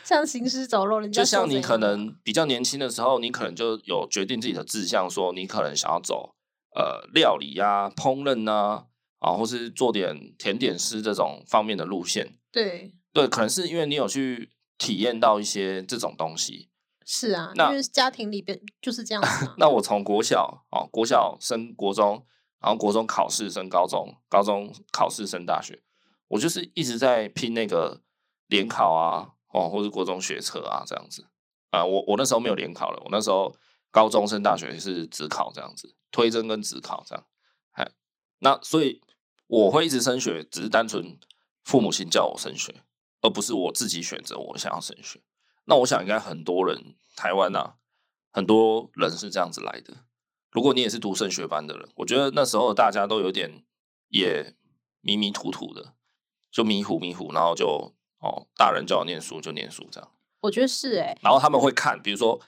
Speaker 2: 像行尸走肉，人家
Speaker 1: 就像
Speaker 2: 说
Speaker 1: 你
Speaker 2: 怎
Speaker 1: 可
Speaker 2: 样
Speaker 1: 能比较年轻的时候，你可能就有决定自己的志向，说你可能想要走呃料理啊、烹饪啊，啊，或是做点甜点师这种方面的路线。
Speaker 2: 对，
Speaker 1: 对，可能是因为你有去体验到一些这种东西。
Speaker 2: 是啊，因
Speaker 1: 那。
Speaker 2: 为家庭里边就是这样子嘛
Speaker 1: 那我从国小哦，国小升国中，然后国中考试升高中，高中考试升大学，我就是一直在拼那个联考啊，哦，或是国中学测啊这样子。啊、我我那时候没有联考了，我那时候高中升大学是只考这样子，推甄跟只考这样。哎，那所以我会一直升学，只是单纯父母亲叫我升学，而不是我自己选择我想要升学。那我想应该很多人台湾啊，很多人是这样子来的。如果你也是读升学班的人，我觉得那时候大家都有点也迷迷糊糊的，就迷糊迷糊，然后就哦，大人叫我念书就念书这样。
Speaker 2: 我觉得是哎、
Speaker 1: 然后他们会看，比如说，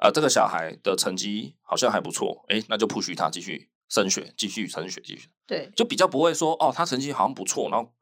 Speaker 1: 呃，这个小孩的成绩好像还不错，诶，那就 push 他继续升学，继续升学，继续，
Speaker 2: 对
Speaker 1: 就比较不会说，哦，他成绩好像不错，然后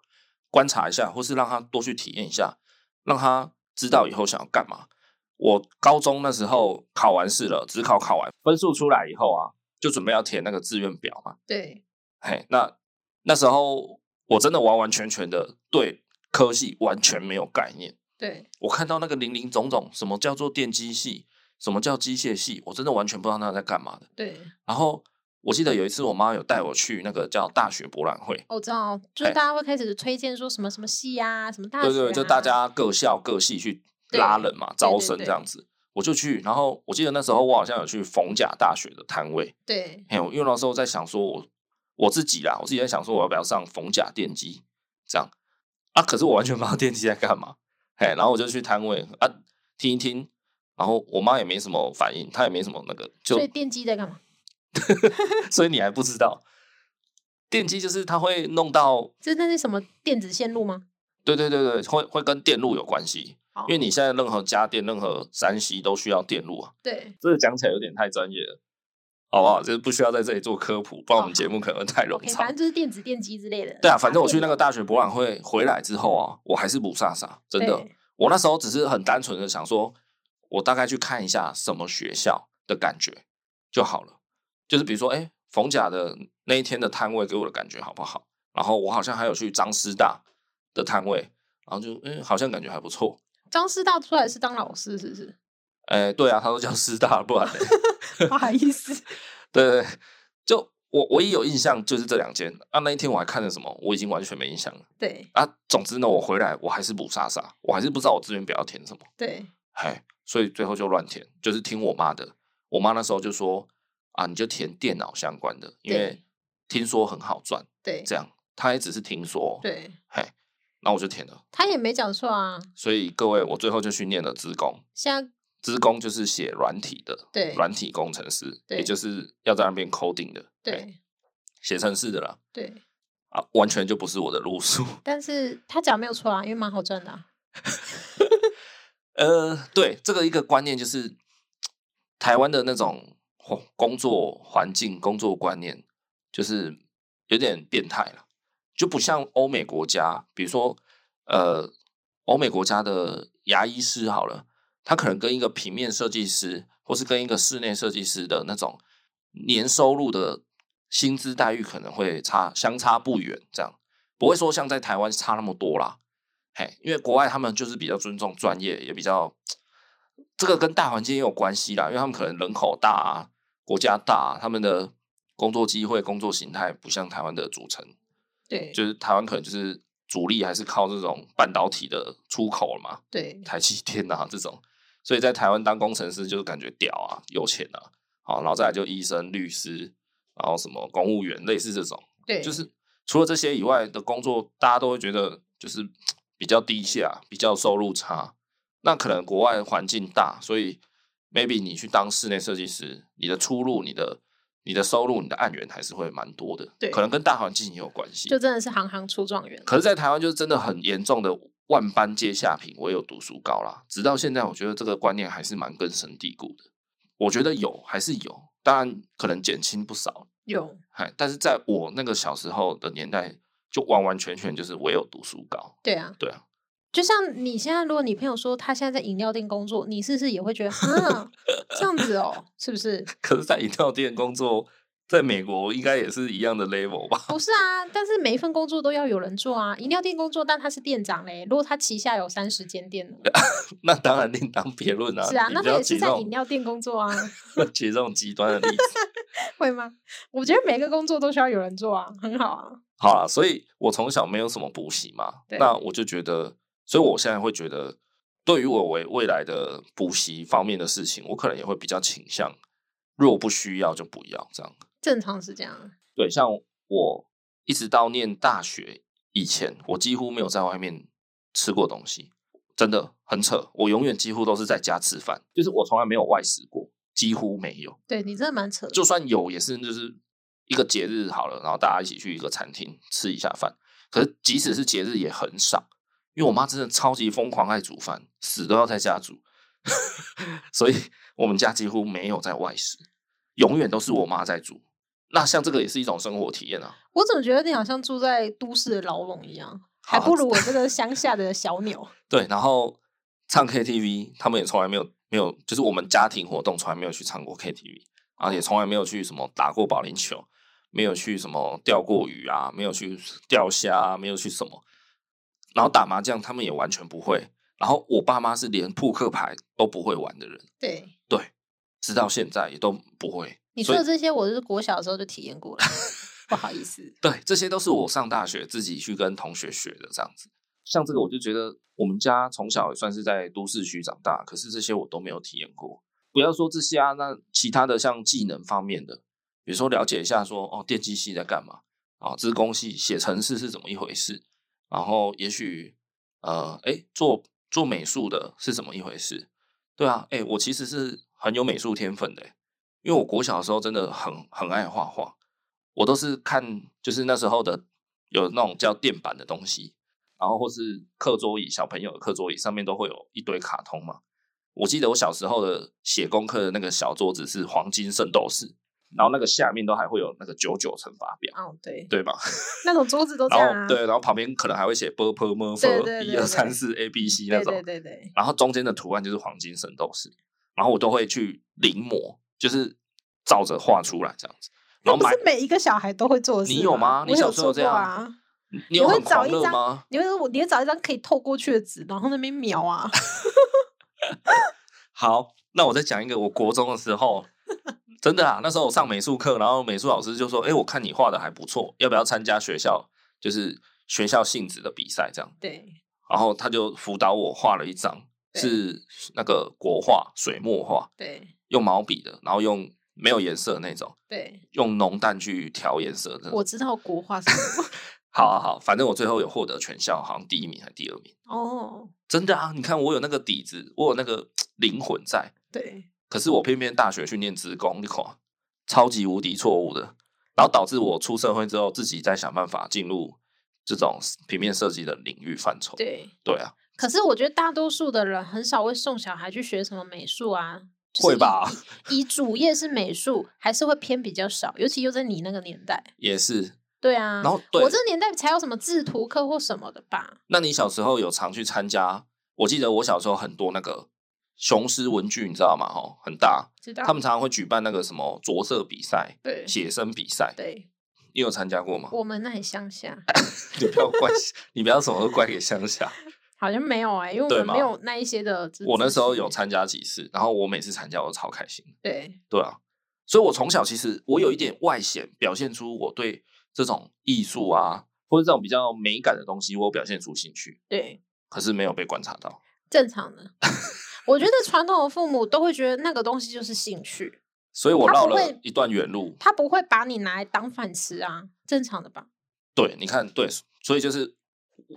Speaker 1: 观察一下，或是让他多去体验一下，让他知道以后想要干嘛。我高中那时候考完试了，只考考完，分数出来以后啊，就准备要填那个志愿表嘛。
Speaker 2: 对
Speaker 1: 嘿，那那时候我真的完完全全的对科系完全没有概念。
Speaker 2: 对，
Speaker 1: 我看到那个零零总总，什么叫做电机系，什么叫机械系，我真的完全不知道那在干嘛的。
Speaker 2: 对，
Speaker 1: 然后我记得有一次，我妈有带我去那个叫大学博览会，
Speaker 2: 哦我知道，就是
Speaker 1: 哎
Speaker 2: 大家会开始推荐说什么什么系啊，什么大学、啊，
Speaker 1: 对对，就大家各校各系去拉人嘛，
Speaker 2: 对对
Speaker 1: 招生这样子。我就去，然后我记得那时候我好像有去逢甲大学的摊位，
Speaker 2: 对
Speaker 1: 嘿，我因为那时候在想说我我自己啦，我自己在想说我要不要上逢甲电机这样啊，可是我完全不知道电机在干嘛，嘿，然后我就去摊位啊听一听，然后我妈也没什么反应，她也没什么那个，就
Speaker 2: 所以电机在干嘛？
Speaker 1: 所以你还不知道，电机就是它会弄到，
Speaker 2: 这那是什么电子线路吗？
Speaker 1: 对对对对，会会跟电路有关系，
Speaker 2: 哦
Speaker 1: 因为你现在任何家电、任何山西都需要电路啊，
Speaker 2: 对
Speaker 1: 这个讲起来有点太专业了。好不好？就是不需要在这里做科普，不然我们节目可能会太冗
Speaker 2: 嗯，OK，
Speaker 1: 长
Speaker 2: 反。正就是电子电机之类的。
Speaker 1: 对啊，反正我去
Speaker 2: 电
Speaker 1: 那个大学博览会回来之后啊，我还是不飒飒，真的
Speaker 2: 对。
Speaker 1: 我那时候只是很单纯的想说，我大概去看一下什么学校的感觉就好了。就是比如说，哎、逢甲的那一天的摊位给我的感觉好不好？然后我好像还有去张师大的摊位，然后就嗯，好像感觉还不错。
Speaker 2: 张师大出来是当老师，是不是？
Speaker 1: 哎、对啊，他都叫师大，不然嘞
Speaker 2: 不好意思，
Speaker 1: <laughs> 对对，对就我唯一有印象就是这两间。啊，那一天我还看了什么？我已经完全没印象了。
Speaker 2: 对
Speaker 1: 啊，总之呢，我回来我还是补莎莎，我还是不知道我志愿表要填什么，
Speaker 2: 对
Speaker 1: 嘿，所以最后就乱填，就是听我妈的。我妈那时候就说啊，你就填电脑相关的，因为
Speaker 2: 对
Speaker 1: 听说很好赚，
Speaker 2: 对
Speaker 1: 这样他也只是听说，，
Speaker 2: 对，
Speaker 1: 嘿，那我就填了。
Speaker 2: 他也没讲错啊。
Speaker 1: 所以各位，我最后就去念了资工，
Speaker 2: 现在
Speaker 1: 资工就是写软体的，
Speaker 2: 对
Speaker 1: 软体工程师，
Speaker 2: 对
Speaker 1: 也就是要在那边 coding 的，嘿，
Speaker 2: 对
Speaker 1: 写程式的啦，
Speaker 2: 对，
Speaker 1: 啊，完全就不是我的路数。
Speaker 2: 但是他讲没有错啊，因为蛮好赚的、啊。
Speaker 1: 呃，对，这个一个观念就是台湾的那种哦工作环境、工作观念，就是有点变态了，就不像欧美国家，比如说呃，欧美国家的牙医师好了，他可能跟一个平面设计师，或是跟一个室内设计师的那种年收入的薪资待遇可能会差相差不远，这样不会说像在台湾差那么多啦。嘿，因为国外他们就是比较尊重专业，也比较这个跟大环境也有关系啦，因为他们可能人口大啊，国家大、啊，他们的工作机会、工作形态不像台湾的组成，
Speaker 2: 对
Speaker 1: 就是台湾可能就是主力还是靠这种半导体的出口嘛，
Speaker 2: 对
Speaker 1: 台积电啊这种，所以在台湾当工程师就是感觉屌啊，有钱啊，好，然后再来就医生、律师，然后什么公务员，类似这种。
Speaker 2: 对，
Speaker 1: 就是除了这些以外的工作，大家都会觉得就是比较低下，比较收入差。那可能国外环境大，所以 maybe 你去当室内设计师，你的出路、你的、你的收入、你的案源还是会蛮多的。
Speaker 2: 对
Speaker 1: 可能跟大环境也有关系
Speaker 2: 就。真的是行行出状元。
Speaker 1: 可是，在台湾就是真的很严重的万般皆下品，唯有读书高啦。直到现在，我觉得这个观念还是蛮根深蒂固的。我觉得有还是有，当然可能减轻不少，
Speaker 2: 有
Speaker 1: 嗨，但是在我那个小时候的年代，就完完全全就是唯有读书高，
Speaker 2: 对啊，
Speaker 1: 对啊，
Speaker 2: 就像你现在，如果你朋友说他现在在饮料店工作，你是不是也会觉得啊这样子哦？是不是？
Speaker 1: 可是，在饮料店工作，在美国应该也是一样的 level 吧？ <laughs>
Speaker 2: 不是啊，但是每一份工作都要有人做啊。饮料店工作，但他是店长嘞。如果他旗下有三十间店呢？
Speaker 1: 那当然另当别论啊。
Speaker 2: 是啊，
Speaker 1: 你
Speaker 2: 那
Speaker 1: 不
Speaker 2: 他
Speaker 1: 要
Speaker 2: 也
Speaker 1: 举
Speaker 2: 是
Speaker 1: 这
Speaker 2: 在
Speaker 1: 种
Speaker 2: 饮料店工作啊，
Speaker 1: 举这种极端的例子。 <laughs>
Speaker 2: 会吗？我觉得每个工作都需要有人做啊，很好啊。
Speaker 1: 好啦，所以我从小没有什么补习嘛，
Speaker 2: 对
Speaker 1: 那我就觉得，所以我现在会觉得，对于我为未来的补习方面的事情，我可能也会比较倾向，若不需要就不要这样。
Speaker 2: 正常是这样，
Speaker 1: 对，像我一直到念大学以前，我几乎没有在外面吃过东西，真的很扯。我永远几乎都是在家吃饭，就是我从来没有外食过，几乎没有。
Speaker 2: 对你真的蛮扯的。
Speaker 1: 就算有，也是就是一个节日好了，然后大家一起去一个餐厅吃一下饭。可是即使是节日也很少，因为我妈真的超级疯狂爱煮饭，死都要在家煮， <laughs> 所以我们家几乎没有在外食，永远都是我妈在煮。那像这个也是一种生活体验啊，
Speaker 2: 我怎么觉得你好像住在都市的牢笼一样，还
Speaker 1: 好啊
Speaker 2: 不如我这个乡下的小鸟。
Speaker 1: 对，然后唱 KTV，他们也从来没有没有，就是我们家庭活动从来没有去唱过 KTV，然后也从来没有去什么打过保龄球，没有去什么钓过鱼啊，没有去钓虾、啊，没有去什么，然后打麻将他们也完全不会，然后我爸妈是连扑克牌都不会玩的人，
Speaker 2: 对，
Speaker 1: 对，直到现在也都不会。
Speaker 2: 你
Speaker 1: 所
Speaker 2: 说
Speaker 1: 以
Speaker 2: 的这些，我是国小的时候就体验过了，不好意思。
Speaker 1: 对，这些都是我上大学自己去跟同学学的这样子。像这个，我就觉得我们家从小也算是在都市区长大，可是这些我都没有体验过。不要说这些啊，那其他的像技能方面的，比如说了解一下说哦，电机系在干嘛啊，资工系写程式是怎么一回事，然后也许呃，哎，做做美术的是怎么一回事？对啊，哎，我其实是很有美术天分的，因为我国小的时候真的很很爱画画，我都是看就是那时候的有那种叫电板的东西，然后或是课桌椅，小朋友的课桌椅上面都会有一堆卡通嘛。我记得我小时候的写功课的那个小桌子是黄金圣斗士，然后那个下面都还会有那个九九乘法表，
Speaker 2: 哦，对，
Speaker 1: 对吧？
Speaker 2: 那种桌子都这样
Speaker 1: 然
Speaker 2: 啊。
Speaker 1: 后对，然后旁边可能还会写 b p m f
Speaker 2: 对对对
Speaker 1: 一二三四 a b c 那
Speaker 2: 对
Speaker 1: 种，
Speaker 2: 对对对，
Speaker 1: 然后中间的图案就是黄金圣斗士，然后我都会去临摹，就是照着画出来这样子。然
Speaker 2: 那
Speaker 1: 后
Speaker 2: 不
Speaker 1: 买
Speaker 2: 是每一个小孩都会做的事。啊
Speaker 1: 你有吗？
Speaker 2: 我
Speaker 1: 你小时候有
Speaker 2: 做
Speaker 1: 这样
Speaker 2: 过啊？？
Speaker 1: 你你
Speaker 2: 你
Speaker 1: 有
Speaker 2: 会
Speaker 1: 很
Speaker 2: 找
Speaker 1: 狂
Speaker 2: 一
Speaker 1: 热
Speaker 2: 张
Speaker 1: 吗？
Speaker 2: 你会我，你会找一张可以透过去的纸，然后那边描
Speaker 1: <laughs>
Speaker 2: 啊。
Speaker 1: 好，那我再讲一个，我国中的时候，真的啊，那时候我上美术课，然后美术老师就说：“哎、我看你画的还不错，要不要参加学校就是学校性质的比赛？”这样，
Speaker 2: 对
Speaker 1: 然后他就辅导我画了一张
Speaker 2: 对
Speaker 1: 是那个国画水墨画，
Speaker 2: 对
Speaker 1: 用毛笔的，然后用没有颜色的那种，
Speaker 2: 对，
Speaker 1: 用浓淡去调颜色的。
Speaker 2: 我知道国画
Speaker 1: <laughs>
Speaker 2: 是什么
Speaker 1: 好好好，反正我最后有获得全校好像第一名还第二名，
Speaker 2: 哦，
Speaker 1: 真的啊！你看我有那个底子，我有那个灵魂在，
Speaker 2: 对，
Speaker 1: 可是我偏偏大学去念职工，你看，超级无敌错误的，然后导致我出社会之后自己再想办法进入这种平面设计的领域范畴。
Speaker 2: 对。
Speaker 1: 对啊，
Speaker 2: <laughs> 可是我觉得大多数的人很少会送小孩去学什么美术啊，就是
Speaker 1: 会
Speaker 2: 以
Speaker 1: 吧？
Speaker 2: 以主业是美术，还是会偏比较少，尤其又在你那个年代。
Speaker 1: 也是。
Speaker 2: 对啊，
Speaker 1: 然后对
Speaker 2: 我这个年代才有什么制图课或什么的吧？
Speaker 1: 那你小时候有常去参加？我记得我小时候很多那个雄狮文具，你知道吗？吼，很大，
Speaker 2: 知道
Speaker 1: 他们常常会举办那个什么着色比赛、
Speaker 2: 对
Speaker 1: 写生比赛，
Speaker 2: 对，
Speaker 1: 你有参加过吗？ <laughs>
Speaker 2: 我们那里乡下
Speaker 1: 你不要怪，你不要什么都怪给乡
Speaker 2: <laughs>
Speaker 1: 下。
Speaker 2: 好像没有哎、因为
Speaker 1: 对
Speaker 2: 我们
Speaker 1: 吗
Speaker 2: 没有那一些的资。
Speaker 1: 我那时候有
Speaker 2: 才
Speaker 1: 参加几次，然后我每次参加我都超开心。
Speaker 2: 对
Speaker 1: 对啊，所以我从小其实我有一点外显，表现出我对这种艺术啊，或者这种比较美感的东西，我有表现出兴趣，
Speaker 2: 对
Speaker 1: 可是没有被观察到。
Speaker 2: 正常的。 <laughs> 我觉得传统的父母都会觉得那个东西就是兴趣，
Speaker 1: 所以我
Speaker 2: 他
Speaker 1: 绕
Speaker 2: 不
Speaker 1: 了
Speaker 2: 会
Speaker 1: 一段远路。
Speaker 2: 他不会把你拿来当饭吃啊，正常的吧？
Speaker 1: 对，你看，对，所以就是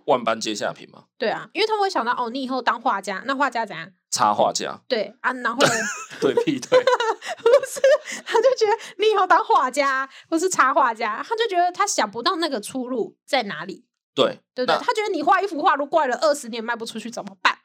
Speaker 1: 万般皆下品嘛，
Speaker 2: 对啊，因为他们会想到哦，你以后当画家，那画家怎样？
Speaker 1: 插画家
Speaker 2: 对啊，然后呢
Speaker 1: <laughs>
Speaker 2: <laughs>
Speaker 1: 对屁对，
Speaker 2: 他就觉得你以后当画家或是插画家，啊他就觉得他想不到那个出路在哪里，
Speaker 1: 对
Speaker 2: <laughs> 对不对？
Speaker 1: 那
Speaker 2: 他觉得你画一幅画，如果过了二十年卖不出去怎么办？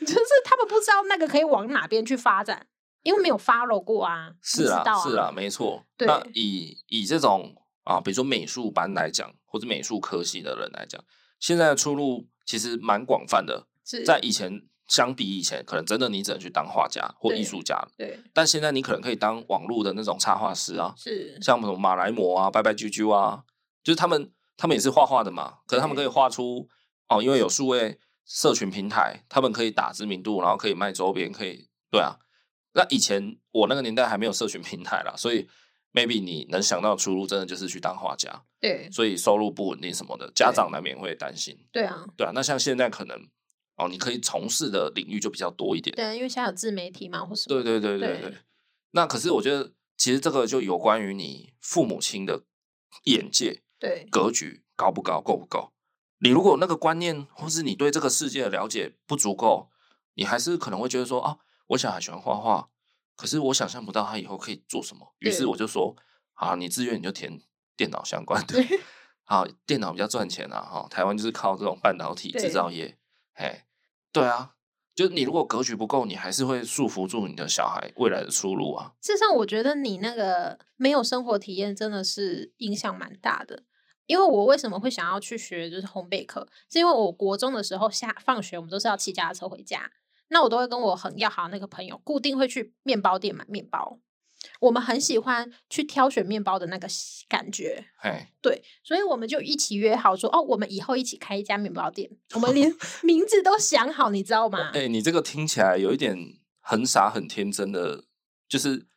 Speaker 2: 就是他们不知道那个可以往哪边去发展，因为没有 follow 过啊，
Speaker 1: 是
Speaker 2: 啊
Speaker 1: 啦、
Speaker 2: 啊，
Speaker 1: 是啦、
Speaker 2: 啊，
Speaker 1: 没错。
Speaker 2: 对
Speaker 1: 那以以这种啊，比如说美术班来讲，或者美术科系的人来讲，现在的出路其实蛮广泛的。
Speaker 2: 是
Speaker 1: 在以前相比以前，可能真的你只能去当画家或艺术家，
Speaker 2: 对
Speaker 1: 但现在你可能可以当网络的那种插画师啊，
Speaker 2: 是，
Speaker 1: 像什么马来模啊、拜拜啾啾啊，就是他们他们也是画画的嘛，可是他们可以画出哦，因为有数位社群平台，他们可以打知名度，然后可以卖周边，可以对啊。那以前我那个年代还没有社群平台啦，所以 maybe 你能想到的出路，真的就是去当画家，
Speaker 2: 对
Speaker 1: 所以收入不稳定什么的，家长难免会担心。
Speaker 2: 对啊，
Speaker 1: 对啊，那像现在可能哦，你可以从事的领域就比较多一点。
Speaker 2: 对啊，因为现在有自媒体嘛，或什么，
Speaker 1: 对对对对对
Speaker 2: 对
Speaker 1: 那可是我觉得，其实这个就有关于你父母亲的眼界
Speaker 2: 对
Speaker 1: 格局高不高，够不够。你如果那个观念，或是你对这个世界的了解不足够，你还是可能会觉得说啊，我小孩喜欢画画，可是我想象不到他以后可以做什么。于
Speaker 2: 对，
Speaker 1: 是我就说啊，你志愿你就填电脑相关的啊，电脑比较赚钱啊，哈，台湾就是靠这种半导体制
Speaker 2: 对
Speaker 1: 造业，哎，对啊，就是你如果格局不够，你还是会束缚住你的小孩未来的出路啊。
Speaker 2: 事实上，我觉得你那个没有生活体验真的是影响蛮大的。因为我为什么会想要去学就是烘焙课，是因为我国中的时候下放学我们都是要骑脚踏车回家，那我都会跟我很要好的那个朋友固定会去面包店买面包，我们很喜欢去挑选面包的那个喜感觉。
Speaker 1: 嘿，
Speaker 2: 对，所以我们就一起约好说，哦，我们以后一起开一家面包店，我们连名字都想好，你知道吗？
Speaker 1: 哎，你这个听起来有一点很傻很天真的，就是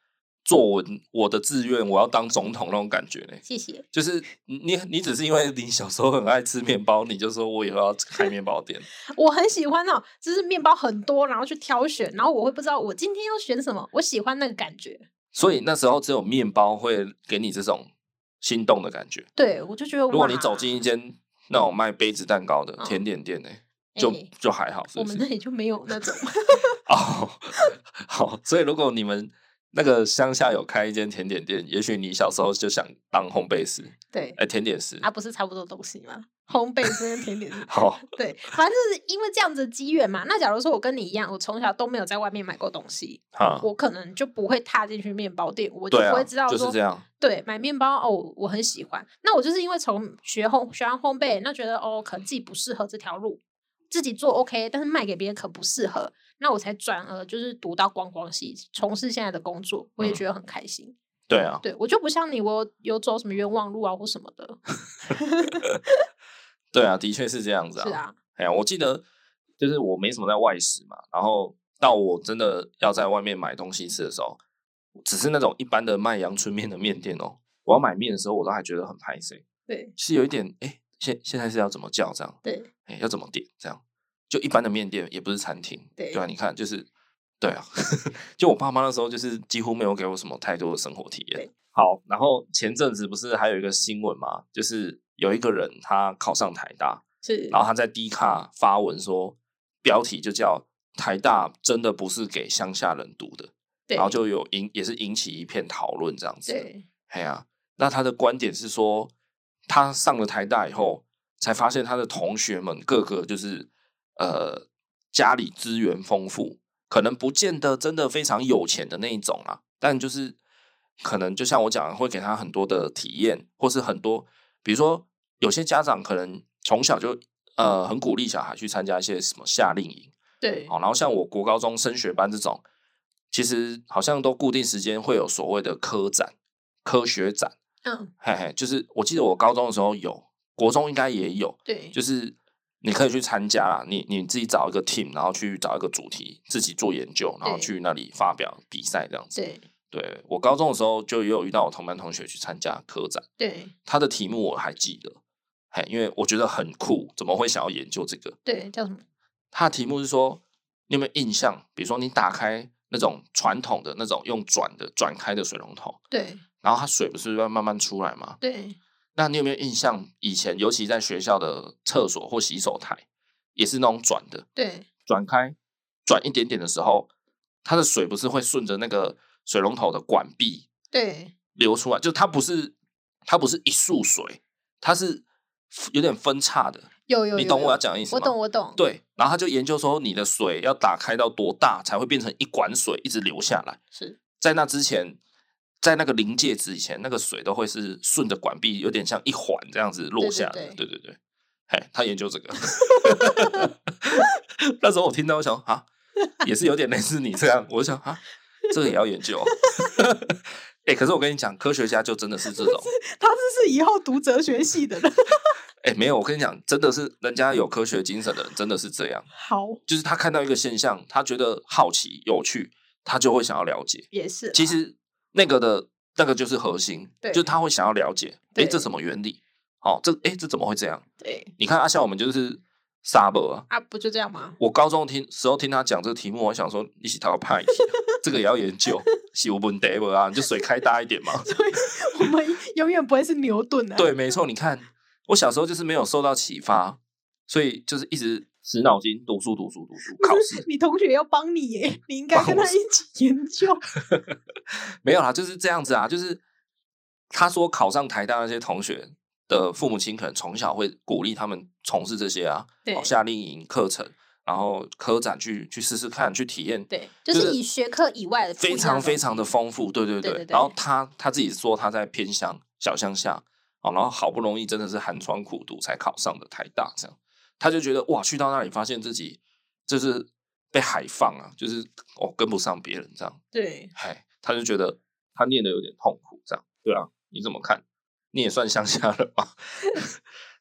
Speaker 1: 作文我的志愿我要当总统那种感觉呢。
Speaker 2: 谢谢。 <laughs>
Speaker 1: 就是你你你只是因为你小时候很爱吃面包，你就说我以后要开面包
Speaker 2: <laughs>
Speaker 1: 店。
Speaker 2: 我很喜欢哦，就是面包很多，然后去挑选，然后我会不知道我今天要选什么，我喜欢那个感觉。
Speaker 1: 所以那时候只有面包会给你这种心动的感觉。
Speaker 2: 对，我就觉得
Speaker 1: 如果
Speaker 2: 哇
Speaker 1: 你走进一间那种卖杯子蛋糕的
Speaker 2: 嗯
Speaker 1: 甜点店呢、就
Speaker 2: 哎
Speaker 1: 就还好，是
Speaker 2: 我
Speaker 1: 不
Speaker 2: 们那
Speaker 1: 是？
Speaker 2: 里就没有
Speaker 1: <laughs>
Speaker 2: 那种
Speaker 1: 哦， <laughs> 好，所以如果你们那个乡下有开一间甜点店，也许你小时候就想当烘焙师，
Speaker 2: 对
Speaker 1: 哎、甜点师。
Speaker 2: 啊，不是差不多东西吗？烘焙这跟甜点是
Speaker 1: 好，
Speaker 2: 对，反正就是因为这样子的机缘嘛。那假如说我跟你一样，我从小都没有在外面买过东西，
Speaker 1: 哈，
Speaker 2: 我可能就不会踏进去面包店，我就
Speaker 1: 嗯对
Speaker 2: 不
Speaker 1: 啊，
Speaker 2: 会知道
Speaker 1: 就
Speaker 2: 说、
Speaker 1: 是这样。
Speaker 2: 对，买面包哦，我很喜欢。那我就是因为从学烘学完烘焙，那觉得哦，可能自己不适合这条路，自己做 OK，但是卖给别人可不适合，那我才转而就是读到观光系，从事现在的工作，我也
Speaker 1: 嗯
Speaker 2: 觉得很开心。
Speaker 1: 对啊，
Speaker 2: 对我就不像你，我有走什么冤枉路啊或什么的。
Speaker 1: 对啊，的确是这样子
Speaker 2: 是啊，
Speaker 1: 哎呀，我记得就是我没什么在外食嘛，然后到我真的要在外面买东西吃的时候，只是那种一般的卖阳春面的面店哦，我要买面的时候，我都还觉得很排斥，
Speaker 2: 对
Speaker 1: 是有一点哎，现现在是要怎么叫这样，
Speaker 2: 对
Speaker 1: 哎，要怎么点这样，就一般的面店也不是餐厅，
Speaker 2: 对
Speaker 1: 对啊，你看就是对啊， <laughs> 就我爸妈那时候就是几乎没有给我什么太多的生活体验。好，然后前阵子不是还有一个新闻嘛，就是有一个人他考上台大，
Speaker 2: 是
Speaker 1: 然后他在 D 卡发文说，标题就叫“台大真的不是给乡下人读的”，
Speaker 2: 对，
Speaker 1: 然后就有引也是引起一片讨论这样子。
Speaker 2: 对
Speaker 1: 哎呀、那他的观点是说，他上了台大以后，才发现他的同学们个个就是呃家里资源丰富，可能不见得真的非常有钱的那一种啦，但就是可能就像我讲的，会给他很多的体验，或是很多，比如说有些家长可能从小就呃很鼓励小孩去参加一些什么夏令营，
Speaker 2: 对
Speaker 1: 好，然后像我国高中升学班这种，其实好像都固定时间会有所谓的科展、科学展，
Speaker 2: 嗯
Speaker 1: 嘿嘿，就是我记得我高中的时候有，国中应该也有，
Speaker 2: 对，
Speaker 1: 就是你可以去参加啦，你你自己找一个 team，然后去找一个主题，自己做研究，然后
Speaker 2: 对
Speaker 1: 去那里发表比赛这样子。
Speaker 2: 对
Speaker 1: 对我高中的时候就也有遇到我同班同学去参加科展，
Speaker 2: 对
Speaker 1: 他的题目我还记得，嘿，因为我觉得很酷，怎么会想要研究这个？
Speaker 2: 对，叫什么？
Speaker 1: 它的题目是说，你有没有印象？比如说你打开那种传统的那种用转的转开的水龙头，
Speaker 2: 对
Speaker 1: 然后它水不是要慢慢出来吗？
Speaker 2: 对
Speaker 1: 那你有没有印象？以前尤其在学校的厕所或洗手台，也是那种转的，
Speaker 2: 对
Speaker 1: 转开转一点点的时候，它的水不是会顺着那个水龙头的管壁
Speaker 2: 对
Speaker 1: 流出来？就它不是它不是一束水，它是有点分叉的。
Speaker 2: 有有，
Speaker 1: 你
Speaker 2: 有
Speaker 1: 懂我
Speaker 2: 有
Speaker 1: 要讲的意思
Speaker 2: 我
Speaker 1: 吗
Speaker 2: 懂我懂，
Speaker 1: 对，然后他就研究说，你的水要打开到多大才会变成一管水一直流下来？
Speaker 2: 是，
Speaker 1: 在那之前，在那个临界值以前，那个水都会是顺着管壁，有点像一环这样子落
Speaker 2: 对对
Speaker 1: 下来。
Speaker 2: 对
Speaker 1: 对对对，嘿，他研究这个。 <laughs> 那时候我听到，我想啊，也是有点类似你这样，我就想啊，这个也要研究。 <laughs> 哎、可是我跟你讲，科学家就真的是这种，
Speaker 2: 他 <laughs> 这是以后读哲学系的人。 <laughs>
Speaker 1: 哎、没有，我跟你讲，真的是人家有科学精神的人，真的是这样。
Speaker 2: 好，
Speaker 1: 就是他看到一个现象，他觉得好奇、有趣，他就会想要了解。
Speaker 2: 也是啦，
Speaker 1: 其实那个的那个就是核心，
Speaker 2: 对
Speaker 1: 就是他会想要了解，
Speaker 2: 对
Speaker 1: 诶，这什么原理？好、这诶，这怎么会这样？
Speaker 2: 对
Speaker 1: 你看阿像我们就是沙伯啊。
Speaker 2: 啊，不就这样吗？
Speaker 1: 我高中听时候听他讲这个题目，我还想说一起讨派，啊这个也要研究，洗无本 d 啊，你就水开大一点
Speaker 2: <laughs>
Speaker 1: 嘛。
Speaker 2: 所以 <laughs> 我们永远不会是牛顿的。
Speaker 1: 对，没错，你看我小时候就是没有受到启发，所以就是一直死脑筋读书读书读书，考试
Speaker 2: 你同学要帮你耶，你应该
Speaker 1: 帮
Speaker 2: 跟
Speaker 1: 我
Speaker 2: 他一起研
Speaker 1: <laughs>
Speaker 2: 究。
Speaker 1: 没有啦，就是这样子啊，就是他说考上台大那些同学的父母亲可能从小会鼓励他们从事这些啊，
Speaker 2: 对
Speaker 1: 哦夏令营课程，然后科展去去试试看，去体验，
Speaker 2: 对，就
Speaker 1: 就是
Speaker 2: 是以学科以外的不一
Speaker 1: 非
Speaker 2: 样
Speaker 1: 常
Speaker 2: 的
Speaker 1: 非常的丰富，对对
Speaker 2: 对对对
Speaker 1: 然后他他自己说他在偏乡小乡下哦，然后好不容易真的是寒窗苦读才考上的台大，这样他就觉得哇，去到那里发现自己就是被海放啊，就是哦跟不上别人这样。
Speaker 2: 对
Speaker 1: 嗨，哎他就觉得他念的有点痛苦，这样对啊？你怎么看？你也算乡下人吧？ <laughs>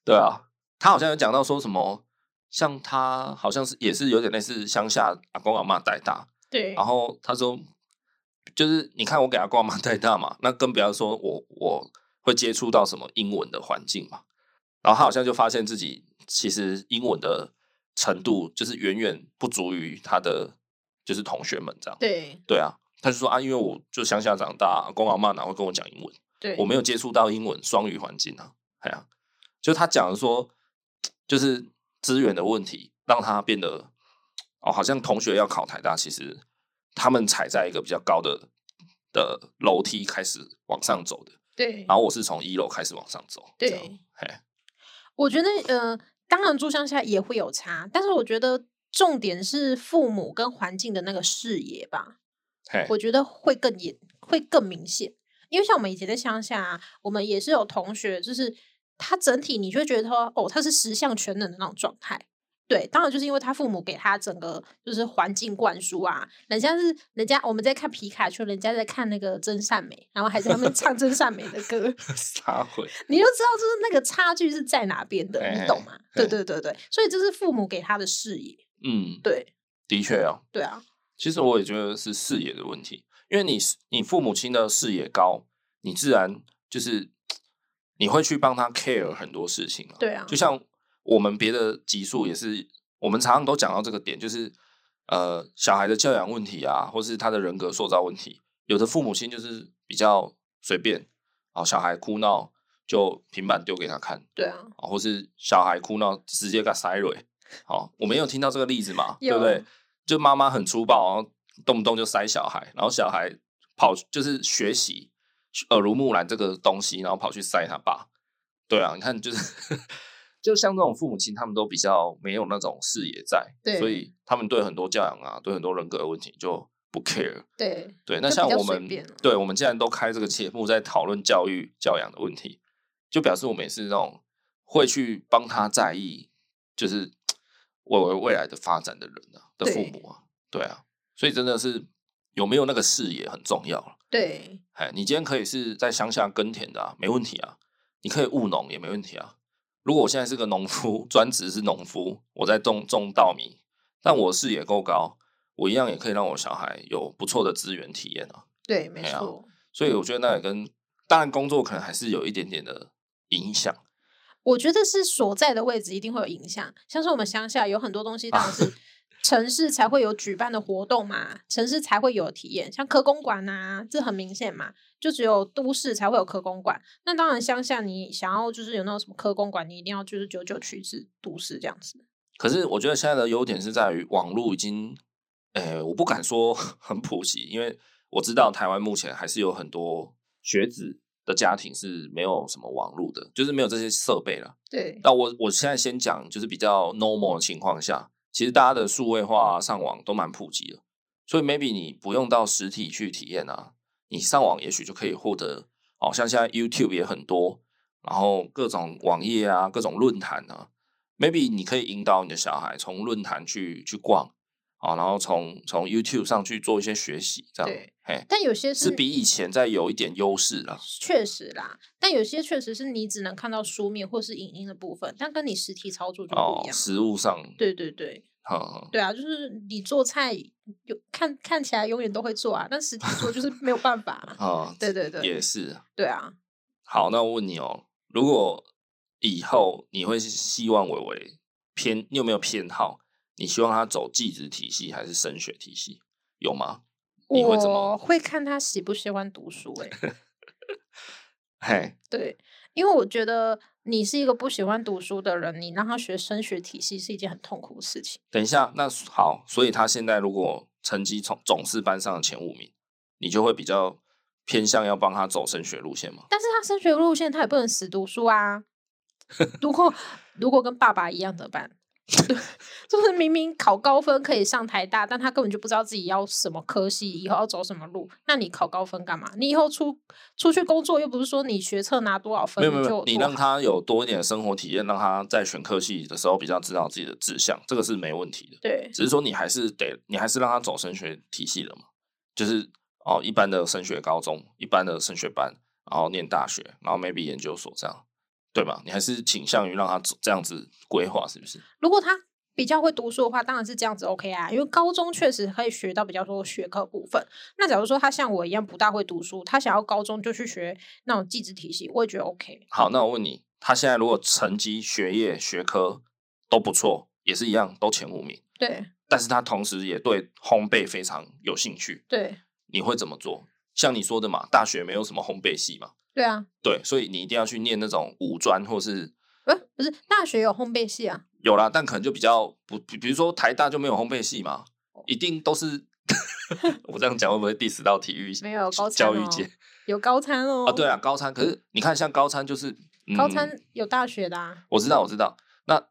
Speaker 1: 对啊，他好像有讲到说什么，像他好像是也是有点类似乡下阿公阿妈带大，
Speaker 2: 对
Speaker 1: 然后他说，就是你看我给阿公阿妈带大嘛，那更不要说我我会接触到什么英文的环境嘛，然后他好像就发现自己其实英文的程度就是远远不足于他的就是同学们这样。
Speaker 2: 对
Speaker 1: 对啊，他就说啊，因为我就乡下长大，阿公阿妈哪会跟我讲英文？
Speaker 2: 对，
Speaker 1: 我没有接触到英文双语环境啊，哎呀、就他讲的说，就是资源的问题，让他变得哦，好像同学要考台大，其实他们踩在一个比较高的的楼梯开始往上走的，
Speaker 2: 对
Speaker 1: 然后我是从一楼开始往上走，这样
Speaker 2: 对，
Speaker 1: 嘿，
Speaker 2: 我觉得呃，当然住乡下也会有差，但是我觉得重点是父母跟环境的那个视野吧，
Speaker 1: 嘿，
Speaker 2: 我觉得会更严，会更明显。因为像我们以前在乡下、啊，我们也是有同学，就是他整体你就会觉得说，哦，他是十项全能的那种状态。对，当然就是因为他父母给他整个就是环境灌输啊，人家是人家我们在看皮卡丘，人家在看那个真善美，然后还在他们唱真善美的歌，
Speaker 1: 撒会，
Speaker 2: 你就知道就是那个差距是在哪边的，你懂吗？
Speaker 1: 嘿
Speaker 2: 对对对对，所以这是父母给他的视野，
Speaker 1: 嗯，
Speaker 2: 对
Speaker 1: 的确哦，
Speaker 2: 对啊，
Speaker 1: 其实我也觉得是视野的问题，因为你你父母亲的视野高，你自然就是你会去帮他 care 很多事情啊。
Speaker 2: 对啊
Speaker 1: 就像我们别的集数也是，我们常常都讲到这个点，就是呃小孩的教养问题啊，或是他的人格塑造问题。有的父母亲就是比较随便，哦，小孩哭闹就平板丢给他看，
Speaker 2: 对啊，
Speaker 1: 哦，或是小孩哭闹直接给他塞蕊。好、我们有听到这个例子嘛？对
Speaker 2: 有
Speaker 1: 不对？就妈妈很粗暴，然后动不动就塞小孩，然后小孩跑就是学习耳濡目染这个东西，然后跑去塞他爸。对啊，你看就是 <laughs> 就像这种父母亲，他们都比较没有那种视野在，
Speaker 2: 对
Speaker 1: 所以他们对很多教养啊，对很多人格的问题就不 care。
Speaker 2: 对，
Speaker 1: 对，那
Speaker 2: 就比
Speaker 1: 像
Speaker 2: 较
Speaker 1: 我
Speaker 2: 随
Speaker 1: 们
Speaker 2: 便了
Speaker 1: 对我们既然都开这个节目在讨论教育教养的问题，就表示我们也是那种会去帮他在意，就是为为未来的发展的人啊的父
Speaker 2: 对
Speaker 1: 母啊，对啊，所以真的是有没有那个视野很重要了。
Speaker 2: 对，
Speaker 1: 哎，你今天可以是在乡下耕田的、啊，没问题啊，你可以务农也没问题啊。如果我现在是个农夫， <laughs> 专职是农夫，我在种种稻米，但我视野够高，我一样也可以让我小孩有不错的资源体验啊。
Speaker 2: 对，没
Speaker 1: 哎呀
Speaker 2: 错。
Speaker 1: 所以我觉得那也跟当然工作可能还是有一点点的影响，
Speaker 2: 我觉得是所在的位置一定会有影响，像是我们乡下有很多东西，当
Speaker 1: <laughs>
Speaker 2: 然是城市才会有举办的活动嘛，城市才会有体验，像科公馆啊，这很明显嘛，就只有都市才会有科公馆。那当然，乡下你想要就是有那种什么科公馆，你一定要就是九九去至都市这样子。
Speaker 1: 可是我觉得现在的优点是在于网络已经，呃，我不敢说 <laughs> 很普及，因为我知道台湾目前还是有很多学子的家庭是没有什么网络的，就是没有这些设备了。
Speaker 2: 对
Speaker 1: 那我我现在先讲，就是比较 normal 的情况下，其实大家的数位化、上网都蛮普及的，所以 maybe 你不用到实体去体验啊，你上网也许就可以获得，哦，像现在 YouTube 也很多，然后各种网页啊、各种论坛啊，maybe 你可以引导你的小孩从论坛去去逛啊、然后从从 YouTube 上去做一些学习，这样
Speaker 2: 对，嗯
Speaker 1: 嘿，
Speaker 2: 但有些
Speaker 1: 是比以前再有一点优势了。
Speaker 2: 确实啦，但有些确实是你只能看到书面或是影音的部分，但跟你实体操作就不
Speaker 1: 哦
Speaker 2: 一，样。
Speaker 1: 实物上，嗯
Speaker 2: 对对对，
Speaker 1: 呵呵
Speaker 2: 对啊，就是你做菜有看看起来永远都会做啊，但实体做就是没有办
Speaker 1: <laughs>
Speaker 2: 法、啊。
Speaker 1: 啊，
Speaker 2: 对对对，
Speaker 1: 也是，
Speaker 2: 对啊，
Speaker 1: 好，那我问你哦，如果以后你会希望伟伟偏，你有没有偏好？你希望他走技职体系还是升学体系？有吗？你会怎
Speaker 2: 我
Speaker 1: 么？
Speaker 2: 会看他喜不喜欢读书、欸。诶，
Speaker 1: 嘿，
Speaker 2: 对，因为我觉得你是一个不喜欢读书的人，你让他学升学体系是一件很痛苦的事情。
Speaker 1: 等一下，那好，所以他现在如果成绩从总是班上的前五名，你就会比较偏向要帮他走升学路线吗？
Speaker 2: 但是他升学路线，他也不能死读书啊。如果如果跟爸爸一样怎么办？ <laughs> 对，就是明明考高分可以上台大，但他根本就不知道自己要什么科系，以后要走什么路。那你考高分干嘛？你以后出出去工作，又不是说你学测拿多少分
Speaker 1: 没有没有没有
Speaker 2: 就，
Speaker 1: 你
Speaker 2: 多
Speaker 1: 让
Speaker 2: 好
Speaker 1: 他有多一点的生活体验，让他在选科系的时候比较知道自己的志向，这个是没问题的。
Speaker 2: 对
Speaker 1: 只是说你还是得，你还是让他走升学体系了嘛，就是哦，一般的升学高中，一般的升学班，然后念大学，然后 maybe 研究所这样，对吧？你还是倾向于让他走这样子规划，是不是？
Speaker 2: 如果他比较会读书的话，当然是这样子 OK 啊，因为高中确实可以学到比较多学科部分。那假如说他像我一样不大会读书，他想要高中就去学那种技职体系，我也觉得 OK。
Speaker 1: 好，那我问你，他现在如果成绩、学业、学科都不错，也是一样，都前五名，
Speaker 2: 对
Speaker 1: 但是他同时也对烘焙非常有兴趣，
Speaker 2: 对
Speaker 1: 你会怎么做？像你说的嘛，大学没有什么烘焙系嘛，
Speaker 2: 对啊，
Speaker 1: 对，所以你一定要去念那种五专或是
Speaker 2: 不是呃不是，大学有烘焙系啊，
Speaker 1: 有啦，但可能就比较不，比比如说台大就没有烘焙系嘛，
Speaker 2: 哦
Speaker 1: 一定都
Speaker 2: <laughs>
Speaker 1: 是我这样讲会不会 diss 到体育
Speaker 2: 没有高餐
Speaker 1: 教育
Speaker 2: 哦
Speaker 1: 界
Speaker 2: 有高餐哦。
Speaker 1: 啊？对啊，高餐，可是你看像高餐就是、嗯、
Speaker 2: 高餐有大学的啊。
Speaker 1: 我知道我知道，那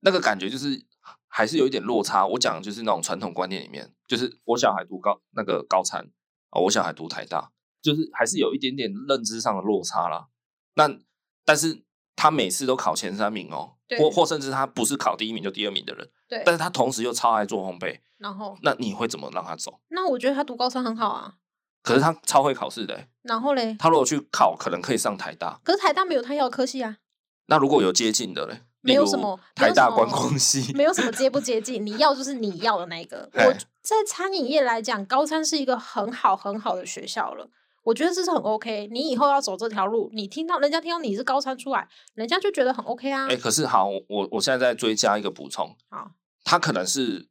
Speaker 1: 那个感觉就是还是有一点落差。我讲的就是那种传统观念里面，就是我小孩读高那个高餐啊、我小孩读台大，就是还是有一点点认知上的落差啦。那但是他每次都考前三名哦，
Speaker 2: 对
Speaker 1: 或或甚至他不是考第一名就第二名的人。
Speaker 2: 对，
Speaker 1: 但是他同时又超爱做烘焙，
Speaker 2: 然后
Speaker 1: 那你会怎么让他走？
Speaker 2: 那我觉得他读高三很好啊。
Speaker 1: 可是他超会考试的欸、
Speaker 2: 然后嘞，
Speaker 1: 他如果去考，可能可以上台大。
Speaker 2: 可是台大没有他要的科系啊，
Speaker 1: 那如果有接近的嘞，
Speaker 2: 没有
Speaker 1: 例如
Speaker 2: 什么
Speaker 1: 台大
Speaker 2: 没有什
Speaker 1: 观
Speaker 2: 么
Speaker 1: 光系，
Speaker 2: 没有什么接不接近，你要就是你要的那一 <laughs> 个。
Speaker 1: 哎
Speaker 2: 我在餐饮业来讲，高餐是一个很好很好的学校了。我觉得这是很 OK，你以后要走这条路，你听到人家听到你是高餐出来，人家就觉得很 OK 啊。
Speaker 1: 哎、可是好，我我我现在再追加一个补充，
Speaker 2: 好，
Speaker 1: 他可能是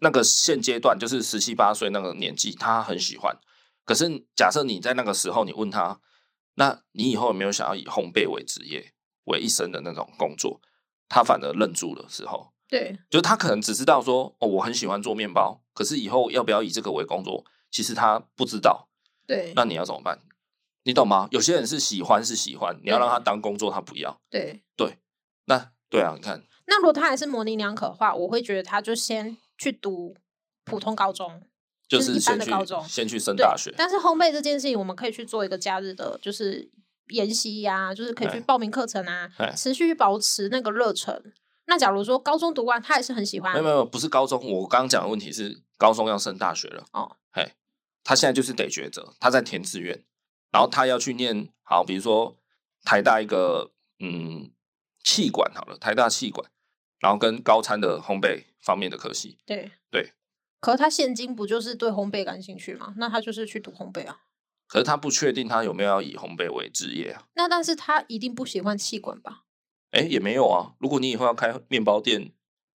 Speaker 1: 那个现阶段就是十七八岁那个年纪，他很喜欢。可是假设你在那个时候，你问他，那你以后有没有想要以烘焙为职业、为一生的那种工作？他反而愣住了时候，
Speaker 2: 对，
Speaker 1: 就是他可能只知道说，哦，我很喜欢做面包，可是以后要不要以这个为工作，其实他不知道。
Speaker 2: 对，
Speaker 1: 那你要怎么办？你懂吗？有些人是喜欢是喜欢，你要让他当工作，他不要。
Speaker 2: 对。
Speaker 1: 那对啊，你看，
Speaker 2: 那如果他还是模棱两可的话，我会觉得他就先去读普通高中，
Speaker 1: 就
Speaker 2: 就
Speaker 1: 是
Speaker 2: 是一般
Speaker 1: 先
Speaker 2: 的
Speaker 1: 去
Speaker 2: 高中
Speaker 1: 先去升
Speaker 2: 对
Speaker 1: 大学，
Speaker 2: 但是烘焙这件事情，我们可以去做一个假日的，就是研习呀、就是可以去
Speaker 1: 哎
Speaker 2: 报名课程啊
Speaker 1: 哎，
Speaker 2: 持续保持那个热忱。那假如说高中读完，他还是很喜欢
Speaker 1: 没有，没有，不是高中。我刚刚讲的问题是高中要升大学了。
Speaker 2: 哦，
Speaker 1: 嘿，他现在就是得抉择，他在填志愿，然后他要去念好，比如说台大一个嗯气管好了，台大气管，然后跟高餐的烘焙方面的科系。
Speaker 2: 对
Speaker 1: 对。
Speaker 2: 可他现今不就是对烘焙感兴趣吗？那他就是去读烘焙啊。
Speaker 1: 可是他不确定他有没有要以烘焙为职业啊？
Speaker 2: 那但是他一定不喜欢气管吧？
Speaker 1: 哎，也没有啊。如果你以后要开面包店，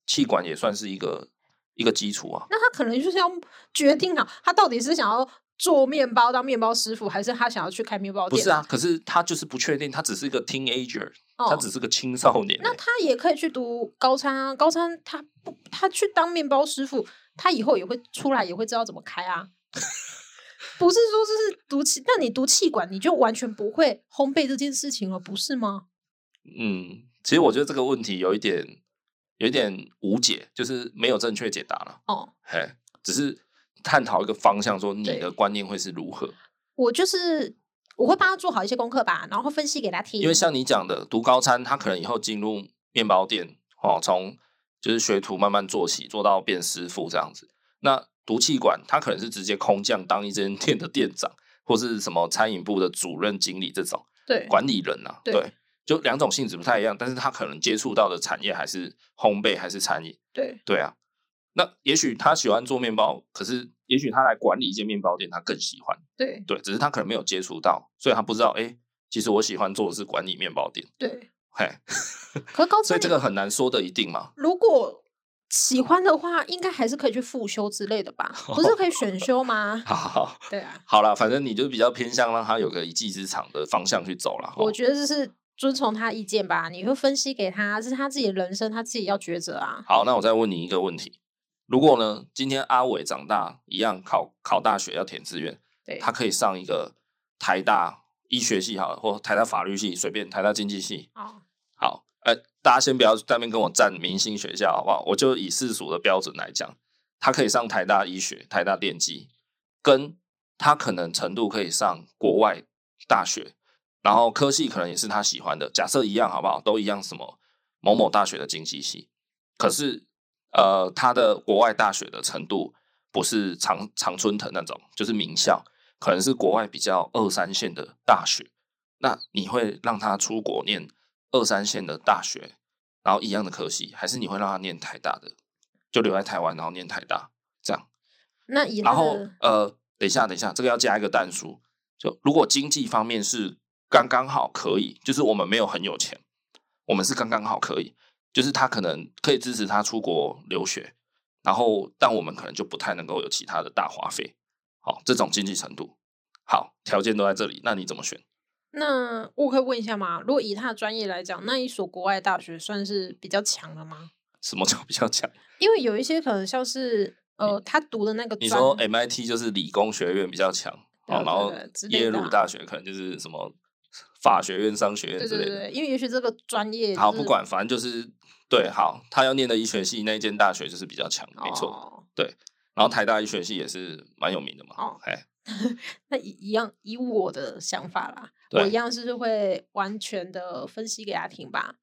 Speaker 1: 气管也算是一个一个基础啊。
Speaker 2: 那他可能就是要决定好，他到底是想要做面包当面包师傅，还是他想要去开面包
Speaker 1: 不
Speaker 2: 店？
Speaker 1: 是啊，，可是他就是不确定，他只是一个 teenager，、
Speaker 2: 哦、
Speaker 1: 他只是个青少年、欸。
Speaker 2: 那他也可以去读高餐啊，高餐他不，他去当面包师傅，他以后也会出来，也会知道怎么开啊。不是说就是读气，那你读气管，你就完全不会烘焙这件事情了，不是吗？
Speaker 1: 嗯，其实我觉得这个问题有一点，有一点无解，就是没有正确解答了。
Speaker 2: 哦，
Speaker 1: 嘿，只是探讨一个方向，说你
Speaker 2: 对
Speaker 1: 的观念会是如何。
Speaker 2: 我就是我会帮他做好一些功课吧，然后分析给他听。
Speaker 1: 因为像你讲的，读高餐，他可能以后进入面包店，哦，从就是学徒慢慢做起，做到变师傅这样子。那读气管，他可能是直接空降当一间店的店长，或是什么餐饮部的主任、经理这种
Speaker 2: 对
Speaker 1: 管理人啊。
Speaker 2: 对
Speaker 1: 对，就两种性质不太一样，但是他可能接触到的产业还是烘焙，还是餐饮。
Speaker 2: 对
Speaker 1: 对啊，那也许他喜欢做面包，可是也许他来管理一间面包店，他更喜欢。
Speaker 2: 对
Speaker 1: 对，只是他可能没有接触到，所以他不知道。哎、其实我喜欢做的是管理面包店。
Speaker 2: 对，
Speaker 1: 嘿，
Speaker 2: 可高
Speaker 1: 所
Speaker 2: 餐
Speaker 1: 以这个很难说的一定嘛。 <laughs>
Speaker 2: 如果喜欢的话，应该还是可以去复修之类的吧？
Speaker 1: 哦
Speaker 2: 不是可以选
Speaker 1: <laughs>
Speaker 2: 修吗？
Speaker 1: 好好好，
Speaker 2: 对啊，
Speaker 1: 好啦，反正你就比较偏向让他有个一技之长的方向去走了。
Speaker 2: 我
Speaker 1: 哦
Speaker 2: 觉得就是遵从他意见吧，你会分析给他，这是他自己的人生，他自己要抉择啊。
Speaker 1: 好，那我再问你一个问题：如果呢，今天阿伟长大一样考考大学要填志愿，
Speaker 2: 对，
Speaker 1: 他可以上一个台大医学系好了，或台大法律系，随便台大经济系，
Speaker 2: 哦，
Speaker 1: 好，呃，大家先不要在那边跟我站明星学校好不好？我就以世俗的标准来讲，他可以上台大医学、台大电机，跟他可能程度可以上国外大学，然后科系可能也是他喜欢的。假设一样好不好？都一样，什么某某大学的经济系，可是呃，他的国外大学的程度不是常常春藤那种，就是名校，可能是国外比较二三线的大学。那你会让他出国念二三线的大学，然后一样的科系，还是你会让他念台大的，就留在台湾，然后念台大这样？
Speaker 2: 那以
Speaker 1: 然
Speaker 2: 他
Speaker 1: 后
Speaker 2: 的
Speaker 1: 呃，等一下，等一下，这个要加一个单数。就如果经济方面是刚刚好可以，就是我们没有很有钱，我们是刚刚好可以，就是他可能可以支持他出国留学，然后但我们可能就不太能够有其他的大花费。好，这种经济程度，好，条件都在这里，那你怎么选？
Speaker 2: 那我可以问一下吗？如果以他的专业来讲，那一所国外大学算是比较强的吗？
Speaker 1: 什么叫比较强？
Speaker 2: 因为有一些可能像是呃，他读的那个
Speaker 1: 你
Speaker 2: 专
Speaker 1: 说 MIT 就是理工学院比较强，
Speaker 2: 对
Speaker 1: 哦，然后
Speaker 2: 对对之类
Speaker 1: 耶
Speaker 2: 的
Speaker 1: 鲁
Speaker 2: 啊
Speaker 1: 大学可能就是什么法学院、商学院
Speaker 2: 对
Speaker 1: 之
Speaker 2: 对
Speaker 1: 类的。
Speaker 2: 对，因为也许这个专业
Speaker 1: 好，
Speaker 2: 就
Speaker 1: 不
Speaker 2: 是
Speaker 1: 管，反正就是对，好，他要念的医学系那一间大学就是比较强，没错。
Speaker 2: 哦
Speaker 1: 然后台大医学系也是蛮有名的嘛，
Speaker 2: 哦
Speaker 1: 哎，
Speaker 2: 那一一样，以我的想法啦，我
Speaker 1: 对
Speaker 2: 一样是会完全的分析给他听吧，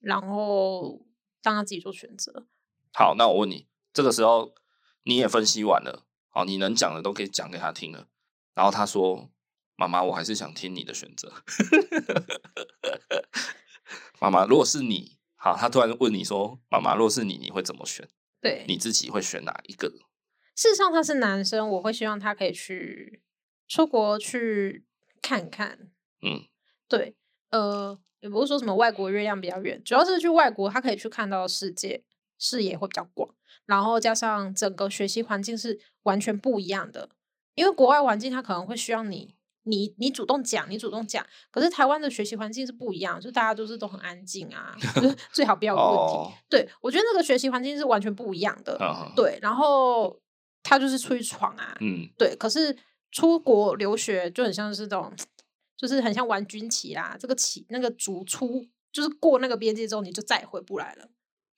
Speaker 2: 然后让他自己做选择。
Speaker 1: 好，那我问你，这个时候你也分析完了，好，你能讲的都可以讲给他听了，然后他说：“妈妈，我还是想听你的选择。” <laughs> 妈妈，如果是你，好，他突然问你说：“妈妈，如果是你，你会怎么选？”
Speaker 2: 对，
Speaker 1: 你自己会选哪一个？
Speaker 2: 事实上他是男生，我会希望他可以去出国去看看。
Speaker 1: 嗯，
Speaker 2: 对，呃，也不是说什么外国月亮比较远，主要是去外国，他可以去看到世界，视野会比较广。然后加上整个学习环境是完全不一样的。因为国外环境它可能会需要你，你你主动讲，你主动讲。可是台湾的学习环境是不一样，就大家就是都很安静啊， <laughs> 就是最好不要有问题。
Speaker 1: 哦，
Speaker 2: 对我觉得那个学习环境是完全不一样的。
Speaker 1: 嗯
Speaker 2: 对，然后他就是出去闯啊，
Speaker 1: 嗯，
Speaker 2: 对，可是出国留学就很像是这种，就是很像玩军棋啦。这个棋那个卒出，就是过那个边界之后，你就再也回不来了。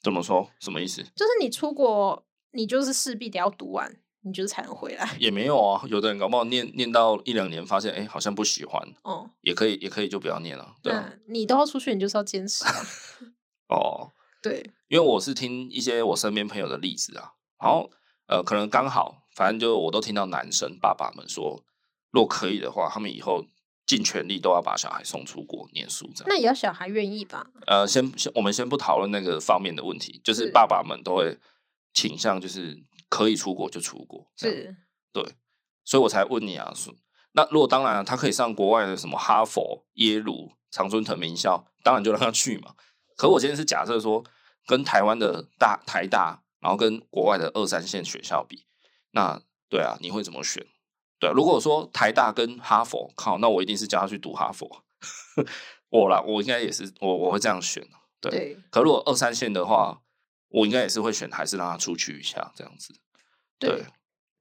Speaker 1: 怎么说？什么意思？
Speaker 2: 就是你出国，你就是势必得要读完，你就是才能回来。
Speaker 1: 也没有啊，有的人搞不好念念到一两年，发现哎、好像不喜欢，
Speaker 2: 哦、
Speaker 1: 也可以也可以就不要念了，对啊、
Speaker 2: 那你都要出去，你就是要坚持啊。
Speaker 1: 哦，
Speaker 2: 对，
Speaker 1: 因为我是听一些我身边朋友的例子啊，然后呃，可能刚好，反正就我都听到男生爸爸们说，若可以的话，他们以后尽全力都要把小孩送出国念书这样。
Speaker 2: 那也要小孩愿意吧？
Speaker 1: 呃，先先我们先不讨论那个方面的问题，就是
Speaker 2: 是
Speaker 1: 爸爸们都会倾向就是可以出国就出国，这样，
Speaker 2: 是，
Speaker 1: 所以我才问你啊，说那如果当然、啊、他可以上国外的什么哈佛、耶鲁、常春藤名校，当然就让他去嘛。可我今天是假设说，跟台湾的大台大，然后跟国外的二三线学校比，那对啊，你会怎么选？对啊、如果说台大跟哈佛，靠，那我一定是叫他去读哈佛。 <laughs> 我啦，我应该也是，我我会这样选。对
Speaker 2: 对，
Speaker 1: 可如果二三线的话，我应该也是会选，还是让他出去一下这样子。
Speaker 2: 对
Speaker 1: 对，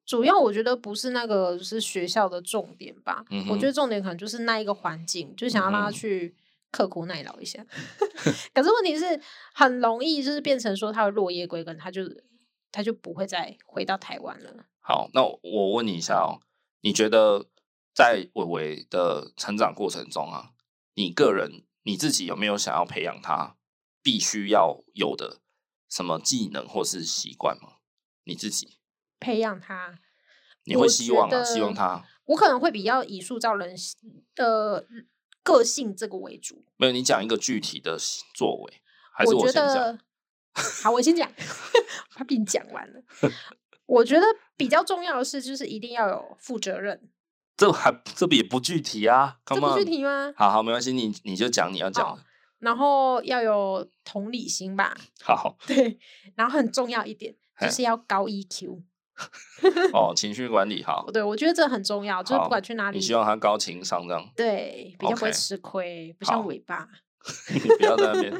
Speaker 2: 主要我觉得不是那个就是学校的重点吧，
Speaker 1: 嗯哼
Speaker 2: 我觉得重点可能就是那一个环境，就想要让
Speaker 1: 嗯哼
Speaker 2: 他去刻苦耐劳一下。 <laughs> 可是问题是很容易就是变成说他会落叶归根，他就他就不会再回到台湾了。
Speaker 1: 好，那我我问你一下哦，你觉得在伟伟的成长过程中啊，你个人你自己有没有想要培养他必须要有的什么技能或是习惯吗？你自己
Speaker 2: 培养他，
Speaker 1: 你
Speaker 2: 我
Speaker 1: 会希
Speaker 2: 觉
Speaker 1: 望啊，
Speaker 2: 得
Speaker 1: 希望他
Speaker 2: 我可能会比较以塑造人的个性这个为主。
Speaker 1: 没有你讲一个具体的作为，还是
Speaker 2: 我觉
Speaker 1: 先讲？
Speaker 2: 得 <laughs> 好，我先讲， <laughs> 怕被你讲完
Speaker 1: <laughs>
Speaker 2: 了。我觉得比较重要的是，就是一定要有负责任。
Speaker 1: 这还这不也不具体啊
Speaker 2: 这
Speaker 1: ，Come
Speaker 2: 不具
Speaker 1: on，
Speaker 2: 体吗？
Speaker 1: 好好没关系，你你就讲你要讲的， <laughs>
Speaker 2: 然后要有同理心吧， <laughs>
Speaker 1: 好
Speaker 2: 对，然后很重要一点
Speaker 1: 嘿
Speaker 2: 就是要高 EQ，
Speaker 1: 哦，情绪管理好，
Speaker 2: 对我觉得这很重要，就是
Speaker 1: 好
Speaker 2: 不管去哪里
Speaker 1: 你，希望他高情商这样。
Speaker 2: 对，比较不
Speaker 1: OK
Speaker 2: 会吃亏，不像
Speaker 1: 好
Speaker 2: 尾巴，
Speaker 1: 你 <laughs> 不要在那边。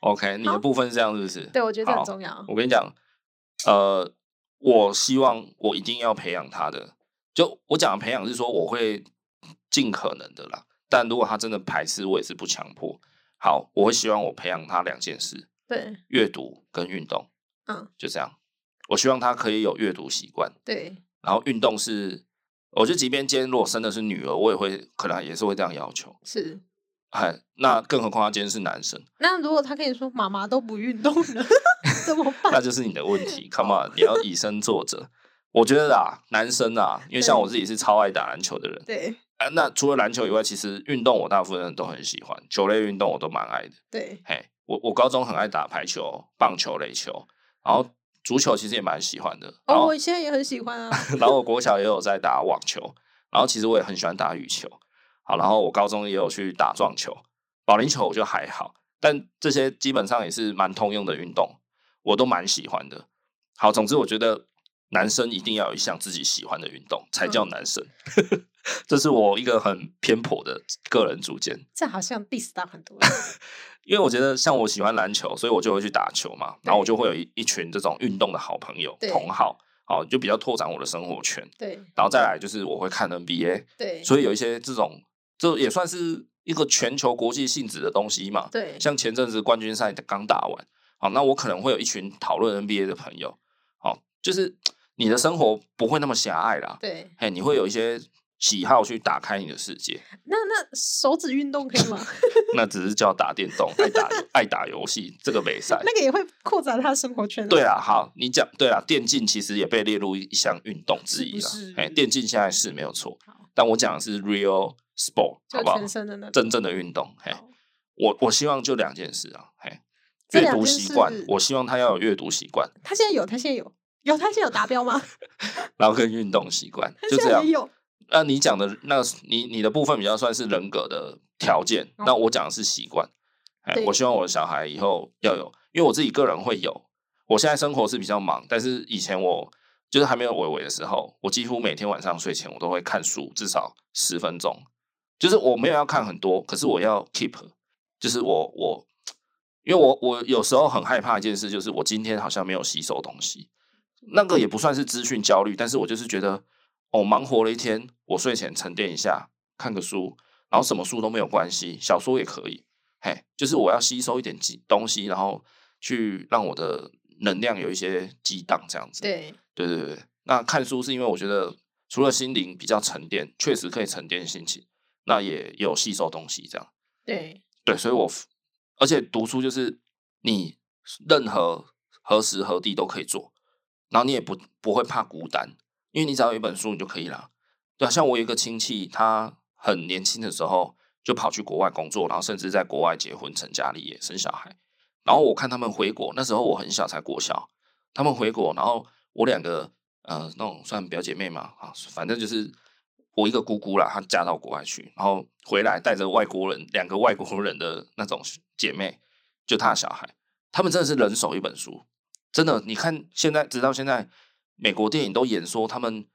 Speaker 1: OK，你的部分是这样，是不是？
Speaker 2: 对我觉得这
Speaker 1: 好
Speaker 2: 很重要，
Speaker 1: 我跟你讲，呃，我希望我一定要培养他的。就我讲的培养是说，我会尽可能的啦。但如果他真的排斥，我也是不强迫。好，我会希望我培养他两件事：
Speaker 2: 对
Speaker 1: 阅读跟运动。
Speaker 2: 嗯，
Speaker 1: 就这样。我希望他可以有阅读习惯，
Speaker 2: 对
Speaker 1: 然后运动是，我觉得即便今天如果生的是女儿，我也会可能也是会这样要求。
Speaker 2: 是。
Speaker 1: 哎，那更何况他今天是男生。
Speaker 2: 那如果他跟你说妈妈都不运动了， <laughs> 怎么
Speaker 1: <laughs> 那
Speaker 2: 办？ <laughs>
Speaker 1: 就是你的问题。Come on，你要以身作则。我觉得啊，男生啊，因为像
Speaker 2: 对
Speaker 1: 我自己是超爱打篮球的人，
Speaker 2: 对
Speaker 1: 啊，那除了篮球以外，其实运动我大部分都很喜欢，球类运动我都蛮爱的。
Speaker 2: 对
Speaker 1: 嘿，我我高中很爱打排球、棒球、垒球，然后足球其实也蛮喜欢的。然
Speaker 2: 哦，
Speaker 1: 后
Speaker 2: 我现在也很喜欢啊，
Speaker 1: 然后我国小也有在打网球，然后其实我也很喜欢打羽球。好，然后我高中也有去打撞球、保龄球，我就还好，但这些基本上也是蛮通用的运动，我都蛮喜欢的。好，总之我觉得男生一定要有一项自己喜欢的运动才叫男生， <laughs> 这是我一个很偏颇的个人主见。
Speaker 2: 这好像 diss 到很多人，
Speaker 1: 因为我觉得像我喜欢篮球，所以我就会去打球嘛，然后我就会有一一群这种运动的好朋友
Speaker 2: 对
Speaker 1: 同好，好就比较拓展我的生活圈。
Speaker 2: 对
Speaker 1: 然后再来就是我会看 NBA，
Speaker 2: 嗯对
Speaker 1: 所以有一些这种，这也算是一个全球国际性质的东西嘛。
Speaker 2: 对
Speaker 1: 像前阵子冠军赛刚打完，好，那我可能会有一群讨论 NBA 的朋友，好，就是你的生活不会那么狭隘啦，
Speaker 2: 对。
Speaker 1: 嘿，你会有一些喜好去打开你的世界，
Speaker 2: 那那手指运
Speaker 1: <laughs>
Speaker 2: 动可以吗？
Speaker 1: 那只是叫打电动、爱打爱打游戏这个没赛。
Speaker 2: <laughs> 那个也会扩展他的生活圈啊。
Speaker 1: 对啊，好，你讲对啊，电竞其实也被列入一项运动之一了
Speaker 2: 是不是。
Speaker 1: 哎，电竞现在是没有错
Speaker 2: 好，
Speaker 1: 但我讲的是 real sport，好
Speaker 2: 就
Speaker 1: 不好？
Speaker 2: 全身的那种。
Speaker 1: 真正的运动，嘿，
Speaker 2: 好
Speaker 1: 我我希望就两件事啊，嘿，
Speaker 2: 这
Speaker 1: 阅
Speaker 2: 两
Speaker 1: 读
Speaker 2: 件
Speaker 1: 习惯
Speaker 2: 事，
Speaker 1: 我希望他要有阅读习惯，
Speaker 2: 他现在有，他现在有，有，他现在有达
Speaker 1: <laughs>
Speaker 2: 标吗？
Speaker 1: 然后跟运动习
Speaker 2: <laughs>
Speaker 1: 惯，
Speaker 2: 他
Speaker 1: 就这
Speaker 2: 现在
Speaker 1: 样
Speaker 2: 也。有。
Speaker 1: 那你讲的那，你你的部分比较算是人格的条件，
Speaker 2: 哦
Speaker 1: 那我讲的是习惯。哎，
Speaker 2: 对
Speaker 1: 我希望我的小孩以后要有，因为我自己个人会有，我现在生活是比较忙，但是以前我就是还没有伟伟的时候，我几乎每天晚上睡前我都会看书，至少十分钟。就是我没有要看很多，可是我要 keep，就是我我，因为我我有时候很害怕一件事，就是我今天好像没有吸收东西，那个也不算是资讯焦虑，但是我就是觉得，哦，忙活了一天，我睡前沉淀一下，看个书，然后什么书都没有关系，小说也可以，嘿，就是我要吸收一点几东西，然后去让我的能量有一些激荡，这样子。
Speaker 2: 对，
Speaker 1: 对对对，那看书是因为我觉得除了心灵比较沉淀，确实可以沉淀心情，那也有吸收东西这样。
Speaker 2: 对，
Speaker 1: 对，所以我 f- 而且读书就是你任何何时何地都可以做，然后你也不不会怕孤单，因为你只要有一本书你就可以啦。对啊，像我有一个亲戚，他很年轻的时候就跑去国外工作，然后甚至在国外结婚、成家立业、生小孩。然后我看他们回国，那时候我很小，才国小，他们回国，然后我两个呃那种算表姐妹嘛啊，反正就是我一个姑姑啦，她嫁到国外去，然后回来带着外国人两个外国人的那种姐妹，就她的小孩，他们真的是人手一本书，真的，你看现在直到现在，美国电影都演说他们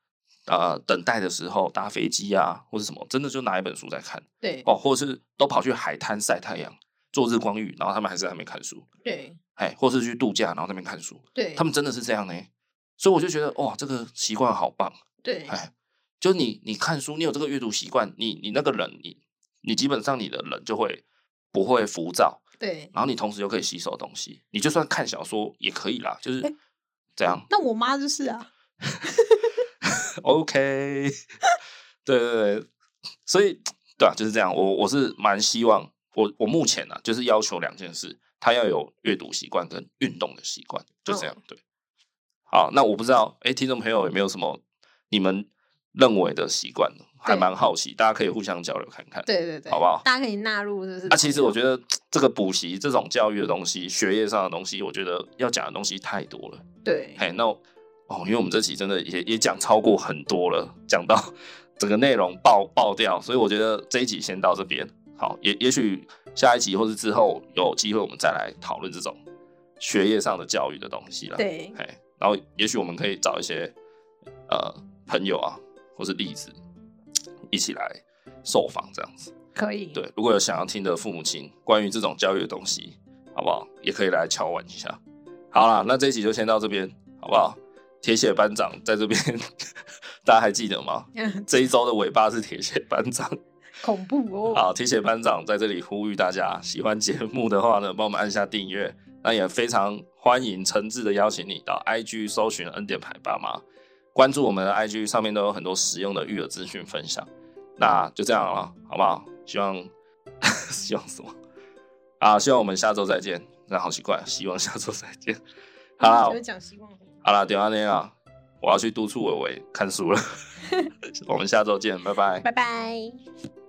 Speaker 1: 呃等待的时候搭飞机啊或是什么，真的就拿一本书在看
Speaker 2: 对，
Speaker 1: 哦，或者是都跑去海滩晒太阳做日光浴，然后他们还是在那边看书，
Speaker 2: 对，
Speaker 1: 哎，或是去度假然后在那边看书，
Speaker 2: 对，
Speaker 1: 他们真的是这样呢、所以我就觉得哇，这个习惯好棒，
Speaker 2: 对，
Speaker 1: 哎，就你你看书，你有这个阅读习惯，你你那个人，你你基本上你的人就会不会浮躁，
Speaker 2: 对。
Speaker 1: 然后你同时又可以吸收东西，你就算看小说也可以啦，就是
Speaker 2: 哎
Speaker 1: 这样、
Speaker 2: 那我妈就是啊，
Speaker 1: OK，对对对，所以对啊，就是这样，我我是蛮希望我我目前呢、啊、就是要求两件事，他要有阅读习惯跟运动的习惯，就这样、
Speaker 2: 嗯
Speaker 1: 对。好，那我不知道，哎，听众朋友有没有什么你们认为的习惯呢？还
Speaker 2: 对
Speaker 1: 蛮好奇，大家可以互相交流看看。
Speaker 2: 对对对，
Speaker 1: 好不好
Speaker 2: 大家可以纳入，就是
Speaker 1: 啊，其实我
Speaker 2: 得
Speaker 1: 觉得这个补习这种教育的东西，学业上的东西，我觉得要讲的东西太多了。
Speaker 2: 对
Speaker 1: 嘿，那我哦，因为我们这期真的也也讲超过很多了，讲到 <laughs> 整个内容爆爆掉，所以我觉得这一集先到这边。好，也也许下一集或是之后有机会，我们再来讨论这种学业上的教育的东西了。，
Speaker 2: 对
Speaker 1: 嘿，然后也许我们可以找一些呃朋友啊，或是例子一起来受访这样子。
Speaker 2: 可以，
Speaker 1: 对，如果有想要听的父母亲关于这种教育的东西，好不好？也可以来敲碗一下。好啦，那这一集就先到这边，好不好？铁血班长在这边， <laughs> 大家还记得吗？
Speaker 2: 嗯，
Speaker 1: 这一周的尾巴是铁血班长。
Speaker 2: <laughs> 恐怖哦，
Speaker 1: 好，铁血班长在这里呼吁大家，喜欢节目的话呢，帮我们按下订阅。那也非常欢迎诚挚的邀请你到 IG 搜寻恩典牌爸妈，关注我们的 IG，上面都有很多实用的育儿资讯分享。那就这样了，好不好？希望 <laughs> 希望什么？啊，希望我们下周再见。那好奇怪，希望下周再见。好啦
Speaker 2: 就，是讲希望，
Speaker 1: 好啦，就安那样啦， <laughs> 我要去督促伟伟看书了。我们下周见，拜拜。
Speaker 2: 拜拜。